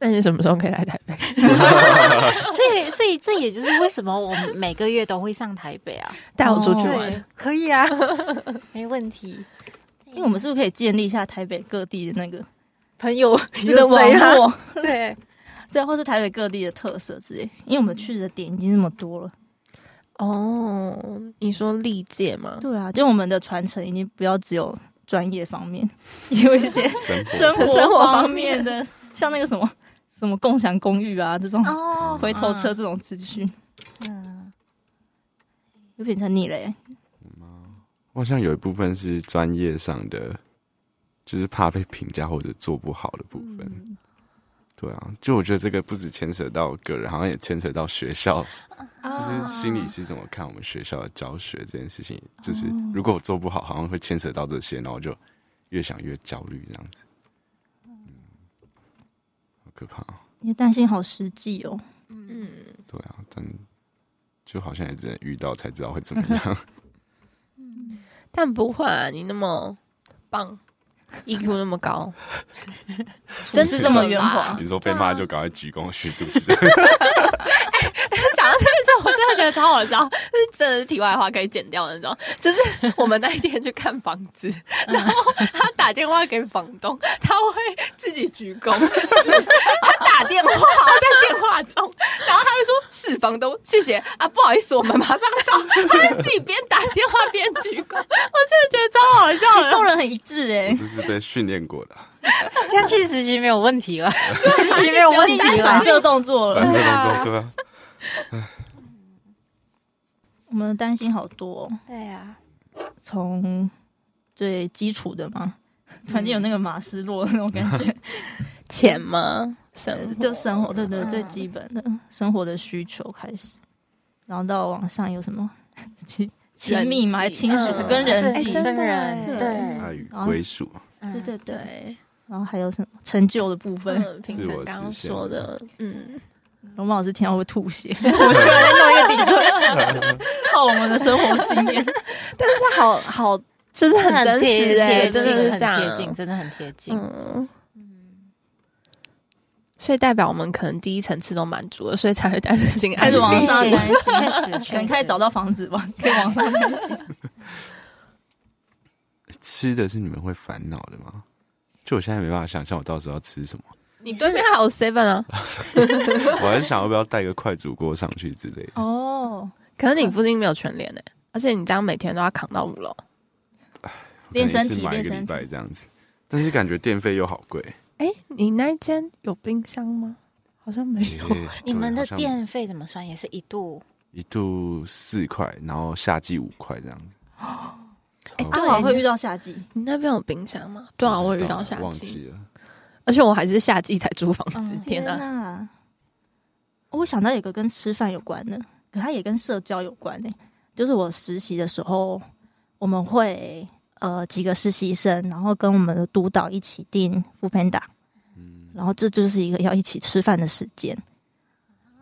Speaker 4: 那你什么时候可以来台北？
Speaker 1: 所以所以这也就是为什么我每个月都会上台北啊。
Speaker 4: 带我 [LAUGHS] 出去
Speaker 2: 哦
Speaker 4: 玩？，
Speaker 1: 可以
Speaker 4: [LAUGHS]
Speaker 1: 啊，没问题。
Speaker 2: 因为我们是不是可以建立一下台北各地的那个
Speaker 5: 朋
Speaker 4: [LAUGHS]
Speaker 5: 友
Speaker 2: 那个网
Speaker 1: 啊
Speaker 2: 络？
Speaker 5: 对，
Speaker 2: 对，啊或是台北各地的特色之类。因为我们去的点已经那么多了，
Speaker 4: 哦，你说历届吗？
Speaker 2: 对啊，就我们的传承已经不要只有专业方面， [LAUGHS] 也有一些
Speaker 3: 生活
Speaker 2: 生活
Speaker 4: 生活
Speaker 2: 方
Speaker 4: 方
Speaker 2: 面
Speaker 4: 面
Speaker 2: 的，像那个什么什么共享公寓啊这种
Speaker 1: 哦，
Speaker 2: 回头车这种资讯，
Speaker 1: 嗯，
Speaker 2: 就变成你嘞。
Speaker 3: 我好像有一部分是专业上的，就是怕被评价或者做不好的部分。
Speaker 2: 嗯
Speaker 3: 对啊，就我觉得这个不止牵扯到个人，好像也牵扯到学校，
Speaker 2: 啊
Speaker 3: 就是心理师怎么看我们学校的教学这件事情。就是
Speaker 2: 哦
Speaker 3: 如果我做不好，好像会牵扯到这些，然后就越想越焦虑这样子。嗯，好可怕、哦。
Speaker 2: 你的担心好实际哦，
Speaker 4: 嗯，
Speaker 3: 对啊，但就好像也只能遇到才知道会怎么样。
Speaker 4: 但不会啊，你那么棒，EQ 那么高，
Speaker 2: [LAUGHS]
Speaker 4: 真
Speaker 2: 是
Speaker 4: 是
Speaker 2: 这么圆滑
Speaker 3: 你说被骂就赶快鞠躬虚度是的，
Speaker 4: 讲到这个之后，我真的觉得超好笑，是真的是题外话可以剪掉的那种。就是我们那一天去看房子，
Speaker 6: 嗯
Speaker 4: 然后他打电话给房东，他会自己鞠躬，是他打电话在电话中，然后他会说是房东，谢谢啊，不好意思，我们马上到，他会自己边打电话边鞠躬，我真的觉得超好笑的。
Speaker 2: 众人很一致哎、
Speaker 3: 这是被训练过的啊，
Speaker 6: 这样去实习没有问题了，实习没有问
Speaker 2: 已
Speaker 6: 题
Speaker 2: 经
Speaker 6: 了
Speaker 2: 反。射动作
Speaker 3: 反
Speaker 2: 了。
Speaker 3: 正动作对啊，
Speaker 2: 我们担心好多、哦，
Speaker 1: 对啊，
Speaker 2: 从最基础的嘛，突然间有那个马斯洛的那种感觉，
Speaker 4: 钱吗？生
Speaker 2: 就生活，对对，
Speaker 1: 嗯
Speaker 2: 最基本的生活的需求开始，然后到网上有什么 [LAUGHS] 亲亲密嘛，
Speaker 5: 人际
Speaker 2: 亲属
Speaker 4: 嗯
Speaker 2: 跟人
Speaker 1: 哎
Speaker 2: 际，
Speaker 1: 真
Speaker 4: 真
Speaker 1: 的
Speaker 4: 的
Speaker 1: 人
Speaker 4: 对
Speaker 1: 对，
Speaker 3: 爱与归属，
Speaker 2: 对
Speaker 1: 嗯
Speaker 2: 对对，
Speaker 4: 对，
Speaker 2: 然后还有什么成就的部分，
Speaker 4: 嗯，平
Speaker 3: 自我
Speaker 4: 常刚刚
Speaker 3: 实现
Speaker 4: 说的，嗯。
Speaker 2: 龙猫老师听到会吐血，我突然弄一个理论，靠我们的生活经验，
Speaker 4: 但是好好，就是很真实哎、
Speaker 6: 贴
Speaker 4: 真
Speaker 6: 近，
Speaker 4: 的是
Speaker 6: 很
Speaker 4: 这样。
Speaker 6: 贴近，真的很贴近。
Speaker 4: 嗯，所以代表我们可能第一层次都满足了，所以才会担心 [LAUGHS]
Speaker 2: 开始往
Speaker 1: 必
Speaker 2: 上
Speaker 1: 须
Speaker 2: 担
Speaker 1: [LAUGHS] 确
Speaker 2: 心
Speaker 1: 实，
Speaker 2: [LAUGHS] 可
Speaker 1: 确
Speaker 2: 能开
Speaker 1: 实
Speaker 2: 始找到房子吧，可以往上担心。
Speaker 3: 吃的是你们会烦恼的吗？就我现在没办法想象我到时候要吃什么，
Speaker 4: 你对面还有 seven 啊，
Speaker 3: 我还想要不要带个快煮锅上去之类的。
Speaker 2: 哦，
Speaker 4: 可是你附近没有全联哎、而且你这样每天都要扛到五楼。
Speaker 3: 可能
Speaker 2: 练
Speaker 3: 一
Speaker 2: 身
Speaker 3: 次
Speaker 2: 体
Speaker 3: 买一个
Speaker 2: 练
Speaker 3: 礼
Speaker 2: 身体
Speaker 3: 拜这样子，但是感觉电费又好贵。
Speaker 4: 哎、你那一间有冰箱吗？好像没有。
Speaker 3: 欸
Speaker 1: 你们的
Speaker 3: 对好像
Speaker 1: 电费怎么算？也是一度
Speaker 3: 一度四块，然后夏季五块这样子。
Speaker 4: 哎
Speaker 3: 哦
Speaker 2: 阿华会遇到夏季，
Speaker 4: 你那边有冰箱吗？对啊，我有遇到夏
Speaker 3: 忘
Speaker 4: 季，
Speaker 3: 记了，
Speaker 4: 而且我还是夏季才租房子。哦天啊哪、
Speaker 2: 哦哪！我想到有个跟吃饭有关的，可它也跟社交有关诶、就是我实习的时候，我们会呃几个实习生，然后跟我们的督导一起订 f o o Panda，然后这就是一个要一起吃饭的时间。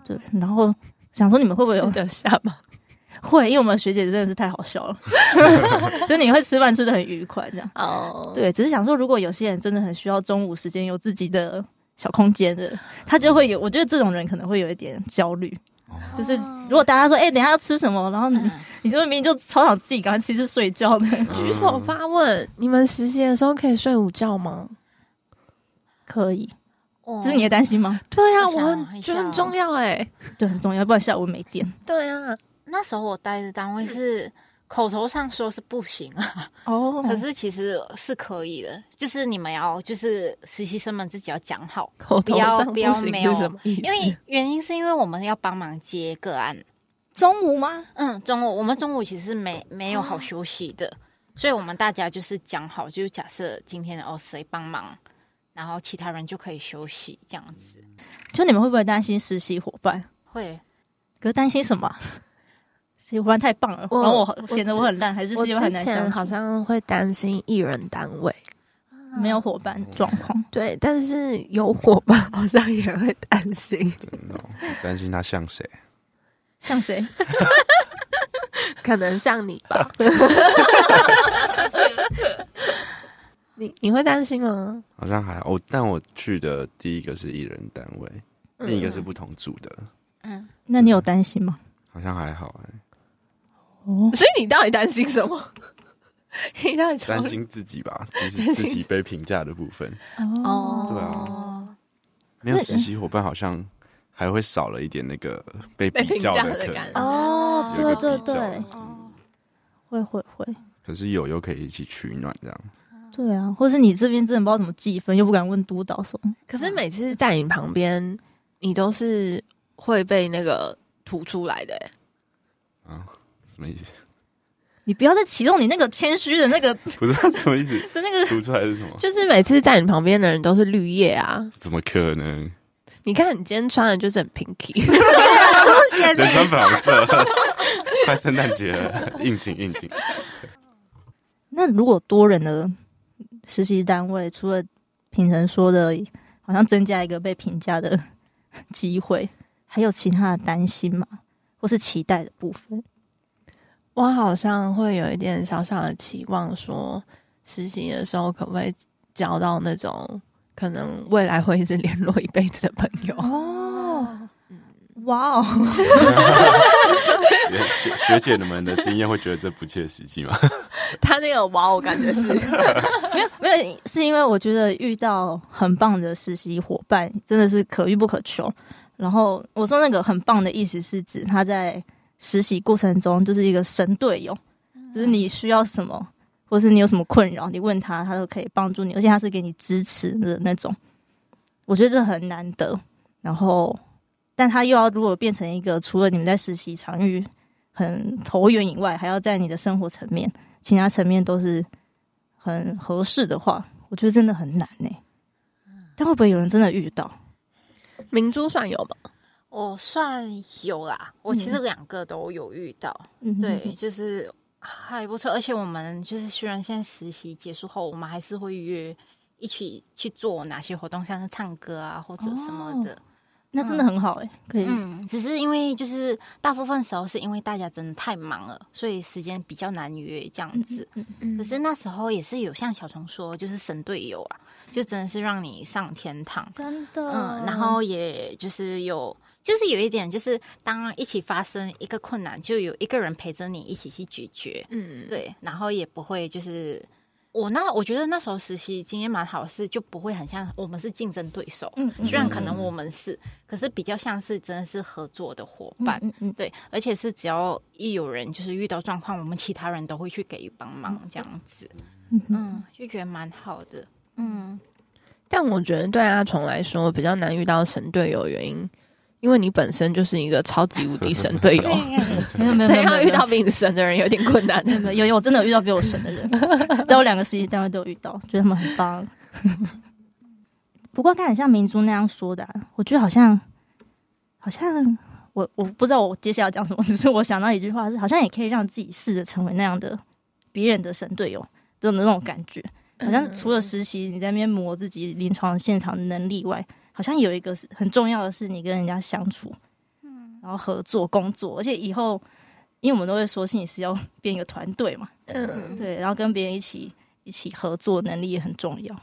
Speaker 2: 对，然后想说你们会不会有
Speaker 4: 吃得下吗？
Speaker 2: [LAUGHS] 会？因为我们学姐真的是太好笑了， [LAUGHS] 就你会吃饭吃的很愉快这样。
Speaker 4: 哦、对，
Speaker 2: 对，只是想说，如果有些人真的很需要中午时间有自己的小空间的，他就会有，我觉得这种人可能会有一点焦虑。 [LAUGHS] 就是如果大家说，哎、等一下要吃什么，然后
Speaker 1: 嗯
Speaker 2: 你、你就明明就超想自己赶快吃，是睡觉的，
Speaker 4: 举手发问，你们实习的时候可以睡午觉吗？
Speaker 2: 可以，
Speaker 1: 哦
Speaker 2: 这是你的担心吗？
Speaker 4: 对啊，
Speaker 1: 我
Speaker 4: 我
Speaker 1: 想
Speaker 4: 很
Speaker 1: 一
Speaker 4: 觉
Speaker 1: 下
Speaker 4: 得很
Speaker 1: 哦
Speaker 4: 重要哎、
Speaker 2: 对，很重要，不然下午没电。
Speaker 4: 对啊，
Speaker 1: 那时候我待的单位是口头上说是不行啊，
Speaker 2: 哦
Speaker 1: 可是其实是可以的，就是你们要就是实习生们自己要讲好，
Speaker 4: 口
Speaker 1: 不
Speaker 4: 头
Speaker 1: 要
Speaker 4: 上
Speaker 1: 不要
Speaker 4: 行
Speaker 1: 没有
Speaker 4: 是什么意
Speaker 1: 因为
Speaker 4: 思？
Speaker 1: 原因是因为我们要帮忙接个案，
Speaker 2: 中午吗？
Speaker 1: 嗯，中午我们中午其实没没有好休息的，所以我们大家就是讲好，就是假设今天哦谁帮忙，然后其他人就可以休息这样子。
Speaker 2: 就你们会不会担心实习伙伴？
Speaker 1: 会，
Speaker 2: 可是担心什么啊？实习伙伴太棒了，
Speaker 4: 我
Speaker 2: 然后我
Speaker 4: 我
Speaker 2: 显得我很烂，还是实
Speaker 4: [LAUGHS] 我
Speaker 2: 习伙伴
Speaker 4: 之
Speaker 2: 很难
Speaker 4: 前
Speaker 2: 相处
Speaker 4: 好像会担心艺人单位，
Speaker 2: 没有伙伴状况。
Speaker 4: 对，但是有伙伴 [LAUGHS] 好像也会担心，
Speaker 3: 真的哦担心他像谁？
Speaker 2: 像谁？
Speaker 4: 可能像你吧。 [LAUGHS] 你你会担心吗？
Speaker 3: 好像还好，我但我去的第一个是艺人单位，另一个是不同组的，
Speaker 2: 那你有担心吗？
Speaker 3: 好像还好哎、
Speaker 4: 所以你到底担心什么？ [LAUGHS] 你到底
Speaker 3: 担 [LAUGHS] 心自己吧，就是自己被评价的部分。
Speaker 4: 哦？
Speaker 3: 对啊，没有实习伙伴好像还会少了一点那个被
Speaker 4: 被
Speaker 3: 比
Speaker 4: 评
Speaker 3: 较
Speaker 4: 价
Speaker 3: 的
Speaker 4: 的
Speaker 3: 可
Speaker 4: 感
Speaker 3: 能，
Speaker 2: 哦，
Speaker 3: 有
Speaker 2: 对
Speaker 3: 一个
Speaker 2: 对
Speaker 3: 比较
Speaker 2: 对，会会会，
Speaker 3: 可是有又可以一起取暖这样。
Speaker 2: 对啊，或是你这边真的不知道怎么计分，又不敢问督导说，
Speaker 4: 可是每次在你旁边，你都是会被那个吐出来的、欸。
Speaker 3: 啊，什么意思？
Speaker 2: 你不要再启动你那个谦虚的那个
Speaker 3: 不是什么意思？
Speaker 2: 的那
Speaker 3: [LAUGHS]
Speaker 2: 个，
Speaker 3: 读出来是什么？
Speaker 4: 就是每次在你旁边的人都是绿叶啊！
Speaker 3: 怎么可
Speaker 4: [LAUGHS]
Speaker 3: 能？
Speaker 4: 你看你今天穿的就是很 pinky，
Speaker 3: 人穿粉红色， [LAUGHS] 快圣诞节了，应景应景。
Speaker 2: 那如果多人的实习单位，除了平常说的，好像增加一个被评价的机会，还有其他的担心吗？或是期待的部分？
Speaker 4: [LAUGHS] 我好像会有一点小小的期望，说实习的时候可不可以交到那种可能未来会一直联络一辈子的朋友？
Speaker 2: 哦，哇哦，
Speaker 3: 学学姐你们的经验会觉得这不切实际吗？
Speaker 4: 他那个哇，我感觉是
Speaker 2: 没有，是因为我觉得遇到很棒的实习伙伴真的是可遇不可求。然后我说那个很棒的意思是指他在实习过程中就是一个神队友，就是你需要什么，或是你有什么困扰，你问他，他都可以帮助你，而且他是给你支持的那种。我觉得这很难得。然后，但他又要如果变成一个除了你们在实习场域很投缘以外，还要在你的生活层面、其他层面都是很合适的话，我觉得真的很难呢、但会不会有人真的遇到？
Speaker 4: 明珠算有吧？
Speaker 1: [LAUGHS] 我算有啦，我其实
Speaker 4: 嗯
Speaker 1: 两个都有遇到，
Speaker 2: 嗯
Speaker 1: 对，就是还不错。而且我们就是虽然现在实习结束后，我们还是会约一起去做哪些活动，像是唱歌啊或者什么的。
Speaker 4: 哦
Speaker 2: 那真的很好哎、可以。
Speaker 1: 嗯，只是因为就是大部分时候是因为大家真的太忙了，所以时间比较难约这样子。
Speaker 4: 嗯
Speaker 1: 可是那时候也是有像小虫说，就是神队友啊，就真的是让你上天堂。
Speaker 2: 真的，
Speaker 1: 嗯，然后也就是有，就是有一点，就是当一起发生一个困难，就有一个人陪着你一起去解决，
Speaker 4: 嗯，
Speaker 1: 对，然后也不会就是我那我觉得那时候实习经验蛮好，是就不会很像我们是竞争对手，
Speaker 2: 嗯，嗯
Speaker 1: 虽然可能我们是，可是比较像是真的是合作的伙伴，
Speaker 2: 嗯嗯，
Speaker 1: 对，而且是只要一有人就是遇到状况，我们其他人都会去给予帮忙这样子，
Speaker 2: 嗯嗯
Speaker 1: 嗯，就觉得蛮好的，嗯，
Speaker 4: 但我觉得对阿虫来说比较难遇到神队友，原因因为你本身就是一个超级无敌神队友，
Speaker 2: [LAUGHS] 没有没有
Speaker 4: 所
Speaker 2: 没有没
Speaker 4: 以要
Speaker 2: 有
Speaker 4: 遇到比你神的人有点困难。
Speaker 2: 没有有有真的有遇到比我神的人，在我两个实习单位都有遇到，觉得他们很棒。不过刚才像明珠那样说的啊、我觉得好像好像我我不知道我接下来要讲什么，只是我想到一句话是，好像也可以让自己试着成为那样的别人的神队友的那种感觉。好像除了实习你在那边磨自己临床现场的能力以外，好像有一个是很重要的是你跟人家相处，嗯，然后合作工作，而且以后因为我们都会说心理师要 [LAUGHS] 变一个团队嘛，
Speaker 4: 嗯
Speaker 2: 对，然后跟别人一起一起合作能力也很重要。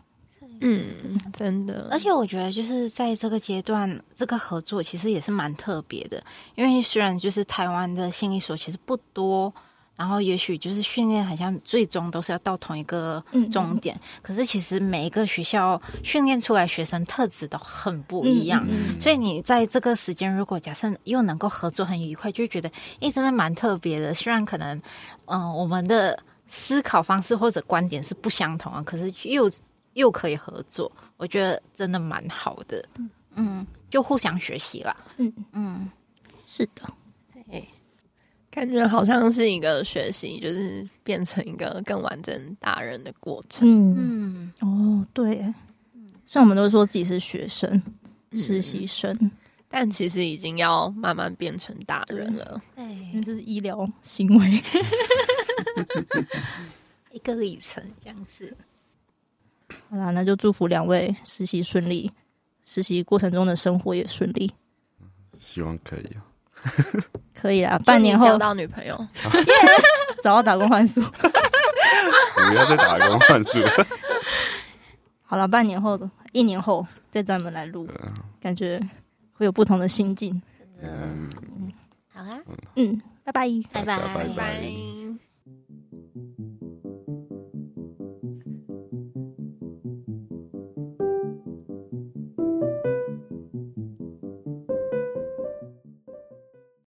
Speaker 4: 嗯，真的，
Speaker 1: 而且我觉得，就是在这个阶段，这个合作其实也是蛮特别的，因为虽然就是台湾的心理所其实不多，然后也许就是训练好像最终都是要到同一个
Speaker 2: 嗯
Speaker 1: 终点，可是其实每一个学校训练出来学生特质都很不一样。
Speaker 2: 嗯
Speaker 1: 所以你在这个时间，如果假设又能够合作很愉快，就会觉得，诶，真的蛮特别的。虽然可能，嗯、我们的思考方式或者观点是不相同啊，可是又又可以合作，我觉得真的蛮好的。嗯，就互相学习啦。
Speaker 2: 嗯
Speaker 1: 嗯，
Speaker 2: 是的，
Speaker 4: 感觉好像是一个学习，就是变成一个更完整大人的过程。
Speaker 2: 嗯，
Speaker 1: 嗯，
Speaker 2: 哦，对耶，虽然我们都说自己是学生、
Speaker 1: 嗯
Speaker 2: 实习生，
Speaker 4: 但其实已经要慢慢变成大人
Speaker 2: 嗯
Speaker 4: 了。
Speaker 2: 因为
Speaker 1: 对，
Speaker 2: 这是医疗行为。 [LAUGHS]
Speaker 1: 一个里程这样子。
Speaker 2: 好啦，那就祝福两位实习顺利，实习过程中的生活也顺利。
Speaker 3: 希望可以哦。
Speaker 2: 可以啦，半年
Speaker 4: 祝你
Speaker 2: 后
Speaker 4: 交到女朋友，
Speaker 2: 找到打工换宿。
Speaker 3: 不要再打工换宿了。
Speaker 2: 好了，半年后的，一年后再专门来录，
Speaker 1: 啊
Speaker 2: 感觉会有不同的心境。
Speaker 3: 嗯，
Speaker 7: 好啊，
Speaker 2: 嗯，拜拜。
Speaker 7: 拜
Speaker 3: 大
Speaker 7: 拜
Speaker 3: 家拜拜。